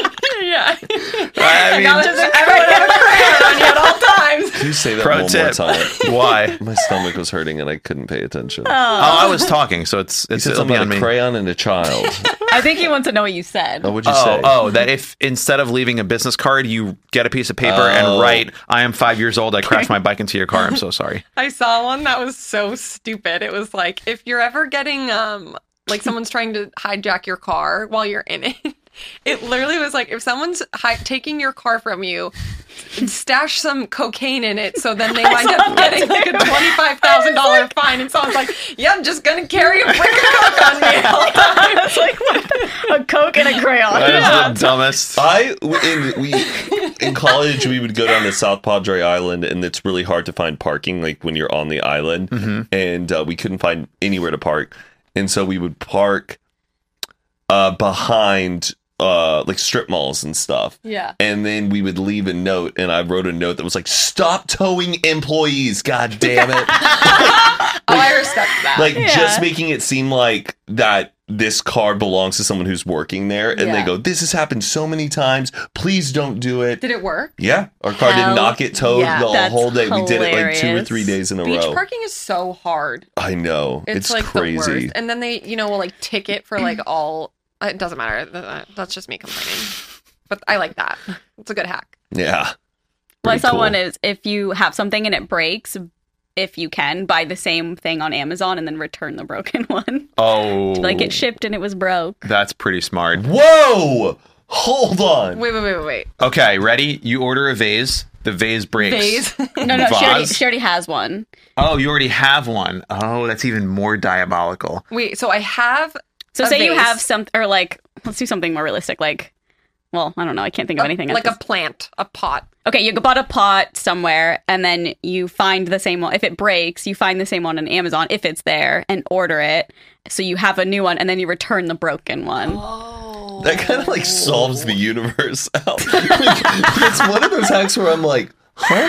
Speaker 1: Eric,
Speaker 3: yeah.
Speaker 1: I mean,
Speaker 3: everyone have a crayon on you at all times.
Speaker 4: you say that
Speaker 1: Pro
Speaker 4: one
Speaker 1: tip.
Speaker 4: more time.
Speaker 1: why?
Speaker 4: My stomach was hurting and I couldn't pay attention.
Speaker 1: Oh, I was talking, so it's
Speaker 4: you
Speaker 1: it's
Speaker 4: said
Speaker 1: it'll be
Speaker 4: something
Speaker 1: on
Speaker 4: about a
Speaker 1: me.
Speaker 4: crayon and a child.
Speaker 2: I think he wants to know what you said.
Speaker 4: Oh, what'd you
Speaker 1: Oh,
Speaker 4: say?
Speaker 1: oh, that if instead of leaving a business card, you get a piece of paper
Speaker 4: Oh.
Speaker 1: and write, "I am five years old. I crashed my bike into your car. I'm so sorry."
Speaker 3: I saw one that was so stupid. It was like if you're ever getting um like someone's trying to hijack your car while you're in it. It literally was like if someone's hi- taking your car from you, stash some cocaine in it, so then they wind up getting like a twenty five thousand dollar fine. And so I was like, "Yeah, I'm just gonna carry a brick of coke on me." all the time."
Speaker 2: It's like what the- a Coke and a crayon.
Speaker 1: That is
Speaker 2: Yeah.
Speaker 1: the dumbest.
Speaker 4: I in we in college we would go down to South Padre Island and it's really hard to find parking like when you're on the island and uh, we couldn't find anywhere to park and so we would park uh, behind uh, like strip malls and stuff
Speaker 3: Yeah.
Speaker 4: and then we would leave a note and I wrote a note that was like stop towing employees god damn it
Speaker 3: Oh, I respect that.
Speaker 4: like
Speaker 2: Yeah.
Speaker 4: just making it seem like that this car belongs to someone who's working there and they
Speaker 3: Yeah.
Speaker 4: go this has happened so many times please don't do it
Speaker 3: Did it work?
Speaker 4: yeah, our car
Speaker 2: Hell
Speaker 4: did not get towed
Speaker 2: yeah.
Speaker 4: the
Speaker 2: That's
Speaker 4: whole day. We did it like two or
Speaker 2: hilarious.
Speaker 4: three days in a
Speaker 3: Beach
Speaker 4: row.
Speaker 3: parking is so hard.
Speaker 4: I know.
Speaker 3: It's,
Speaker 4: It's,
Speaker 3: like the
Speaker 4: crazy.
Speaker 3: worst. And then they, you know, will like ticket for like all. uh, It doesn't matter. Th- th- That's just me complaining. But I like that. It's a good hack.
Speaker 4: yeah.
Speaker 2: Well, I
Speaker 4: Pretty
Speaker 2: saw
Speaker 4: cool.
Speaker 2: one is if you have something and it breaks, if you can buy the same thing on Amazon and then return the broken one.
Speaker 1: Oh,
Speaker 2: Like it shipped and it was broke.
Speaker 1: That's pretty smart.
Speaker 4: Whoa! Hold on.
Speaker 3: Wait, wait, wait, wait, wait.
Speaker 1: Okay, ready? You order a vase. The vase breaks.
Speaker 3: Vase.
Speaker 2: No, no, she already,
Speaker 1: Vase?
Speaker 2: she already has one.
Speaker 1: Oh, you already have one. Oh, that's even more diabolical.
Speaker 3: wait. So I have
Speaker 2: So
Speaker 3: A
Speaker 2: say you
Speaker 3: vase.
Speaker 2: have some, or like, let's do something more realistic. Like, well, I don't know. I can't think of
Speaker 3: a-
Speaker 2: anything. at
Speaker 3: like a
Speaker 2: this-
Speaker 3: plant, a pot.
Speaker 2: okay, you bought a pot somewhere, and then you find the same one. If it breaks, you find the same one on Amazon if it's there, and order it. So you have a new one, and then you return the broken one.
Speaker 3: Oh.
Speaker 4: That kind of like solves the universe out. it's one of those hacks where I'm like, huh?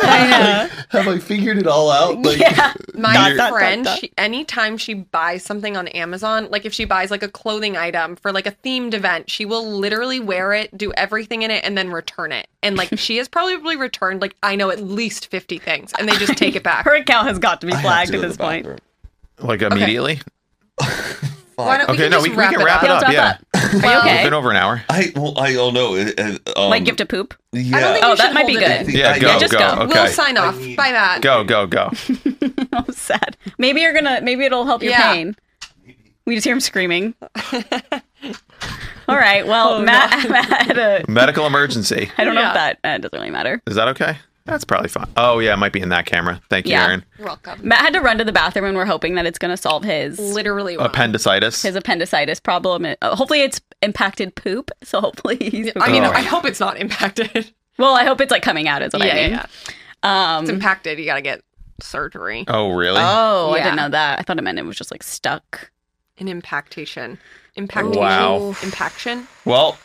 Speaker 2: I know.
Speaker 4: Have I figured it all out? Like,
Speaker 2: yeah.
Speaker 3: My
Speaker 2: Dot, dot,
Speaker 3: friend,
Speaker 2: dot, dot.
Speaker 3: She, anytime she buys something on Amazon, like if she buys like a clothing item for like a themed event, she will literally wear it, do everything in it, and then return it. And like she has probably returned like I know at least fifty things, and they just take it back.
Speaker 2: Her account has got to be
Speaker 4: I have to
Speaker 2: flagged
Speaker 4: go
Speaker 2: at
Speaker 4: to
Speaker 2: this
Speaker 4: the
Speaker 2: point.
Speaker 4: bathroom.
Speaker 1: Like immediately.
Speaker 3: Why don't
Speaker 1: Okay,
Speaker 3: we can
Speaker 1: no,
Speaker 3: just
Speaker 1: we, we
Speaker 3: wrap
Speaker 1: can
Speaker 3: it
Speaker 1: wrap it
Speaker 2: Yeah,
Speaker 1: up.
Speaker 2: let's wrap
Speaker 1: Yeah,
Speaker 2: Are you
Speaker 1: we've
Speaker 2: okay?
Speaker 1: been over an hour.
Speaker 4: I well, I don't know. It- it- um,
Speaker 2: Like, you have to poop.
Speaker 4: yeah.
Speaker 3: I don't think
Speaker 2: Oh,
Speaker 3: we
Speaker 2: that
Speaker 3: should
Speaker 2: might
Speaker 3: hold
Speaker 2: be
Speaker 3: it
Speaker 2: good.
Speaker 3: in.
Speaker 4: I think
Speaker 1: Yeah,
Speaker 4: I-
Speaker 1: go,
Speaker 2: just
Speaker 1: go.
Speaker 2: go.
Speaker 1: Okay,
Speaker 3: We'll sign off.
Speaker 4: need-
Speaker 3: Bye bye.
Speaker 1: go, go, go.
Speaker 2: I'm sad. Maybe you're gonna. Maybe it'll help your
Speaker 3: Yeah.
Speaker 2: pain. We just hear him screaming. All right. Well,
Speaker 3: Oh,
Speaker 2: Matt, Matt had a.
Speaker 1: Medical emergency.
Speaker 2: I don't know
Speaker 3: Yeah.
Speaker 2: if that uh, doesn't really matter.
Speaker 1: Is that okay? That's probably fine. Oh yeah, it might be in that camera. Thank you,
Speaker 2: Yeah.
Speaker 1: Aaron.
Speaker 3: You're welcome.
Speaker 2: Matt had to run to the bathroom, and we're hoping that it's going to solve his
Speaker 3: Literally, won't.
Speaker 1: Appendicitis.
Speaker 2: his appendicitis problem. It- uh, Hopefully, it's impacted poop. So hopefully, he's.
Speaker 3: I mean,
Speaker 1: Oh.
Speaker 3: I hope it's not impacted.
Speaker 2: well, I hope it's like coming out. Is what I
Speaker 3: yeah,
Speaker 2: mean.
Speaker 3: yeah.
Speaker 2: Um,
Speaker 3: It's impacted. You got to get surgery.
Speaker 1: oh really?
Speaker 2: oh, I
Speaker 3: Yeah.
Speaker 2: didn't know that. I thought it meant it was just like stuck.
Speaker 3: An impactation. Impactation.
Speaker 1: Wow.
Speaker 3: Impaction.
Speaker 1: well,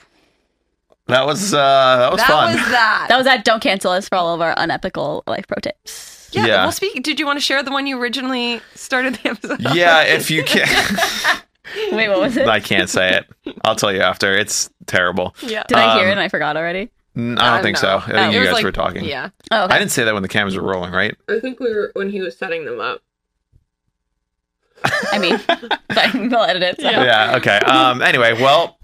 Speaker 1: that was uh, that was
Speaker 3: that
Speaker 1: fun.
Speaker 3: was that.
Speaker 2: That was that. Don't cancel us for all of our unethical life pro tips.
Speaker 3: yeah,
Speaker 1: Yeah.
Speaker 3: Well, speak. Did you want to share the one you originally started the episode?
Speaker 1: yeah, if you can,
Speaker 2: Wait, what was it?
Speaker 1: I can't say it. I'll tell you after. It's terrible.
Speaker 3: Yeah.
Speaker 2: Did I hear
Speaker 1: um,
Speaker 2: it and I forgot already?
Speaker 1: N- I don't
Speaker 3: Uh,
Speaker 1: think
Speaker 3: no.
Speaker 1: so. I think
Speaker 2: Oh. It
Speaker 1: you
Speaker 3: was
Speaker 1: guys
Speaker 3: like-
Speaker 1: were talking.
Speaker 3: Yeah.
Speaker 2: Oh,
Speaker 1: I
Speaker 2: okay.
Speaker 1: didn't say that when the cameras were rolling, right?
Speaker 3: I think we were when he was setting them up.
Speaker 2: I mean, sorry, we'll edit it. so.
Speaker 3: Yeah.
Speaker 1: yeah okay um anyway well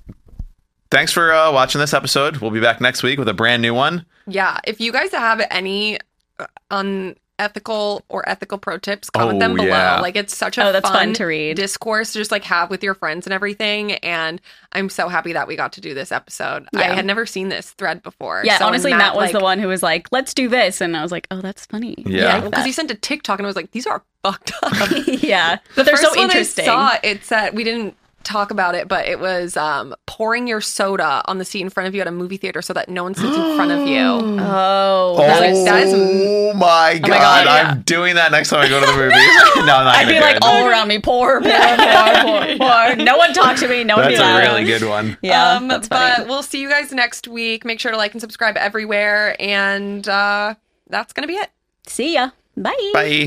Speaker 1: thanks for uh, watching this episode we'll be back next week with a brand new one
Speaker 3: Yeah. If you guys have any uh, unethical or ethical pro tips, comment
Speaker 1: Oh,
Speaker 3: them below.
Speaker 1: yeah.
Speaker 3: Like it's such a
Speaker 2: Oh, that's
Speaker 3: fun,
Speaker 2: fun to read.
Speaker 3: discourse to just like have with your friends and everything. And I'm so happy that we got to do this episode. I
Speaker 2: Yeah.
Speaker 3: had never seen this thread before.
Speaker 2: Yeah,
Speaker 3: So when
Speaker 2: honestly, Matt was
Speaker 3: like-
Speaker 2: the one who was like, "Let's do this," and I was like, "Oh, that's funny."
Speaker 1: Yeah.
Speaker 3: Yeah, because he sent a TikTok and I was like, these are fucked up.
Speaker 2: yeah, but they're so
Speaker 3: First one
Speaker 2: interesting.
Speaker 3: I saw it said we didn't talk about it, but it was um, pouring your soda on the seat in front of you at a movie theater so that no one sits in front of you.
Speaker 2: Oh,
Speaker 3: That
Speaker 2: that
Speaker 3: is-
Speaker 2: was-
Speaker 3: that is-
Speaker 1: Oh my god,
Speaker 3: God, yeah.
Speaker 1: i'm doing that next time i go to the movies no no
Speaker 2: I'd be like all around me, poor, poor, poor, poor, poor. No one talk to me. No one.
Speaker 1: that's
Speaker 2: be
Speaker 1: a
Speaker 2: loud.
Speaker 1: really good one
Speaker 2: Yeah,
Speaker 3: um,
Speaker 2: that's funny.
Speaker 3: but we'll see you guys next week. Make sure to like and subscribe everywhere, and uh, that's gonna be it.
Speaker 2: See ya. Bye.
Speaker 1: bye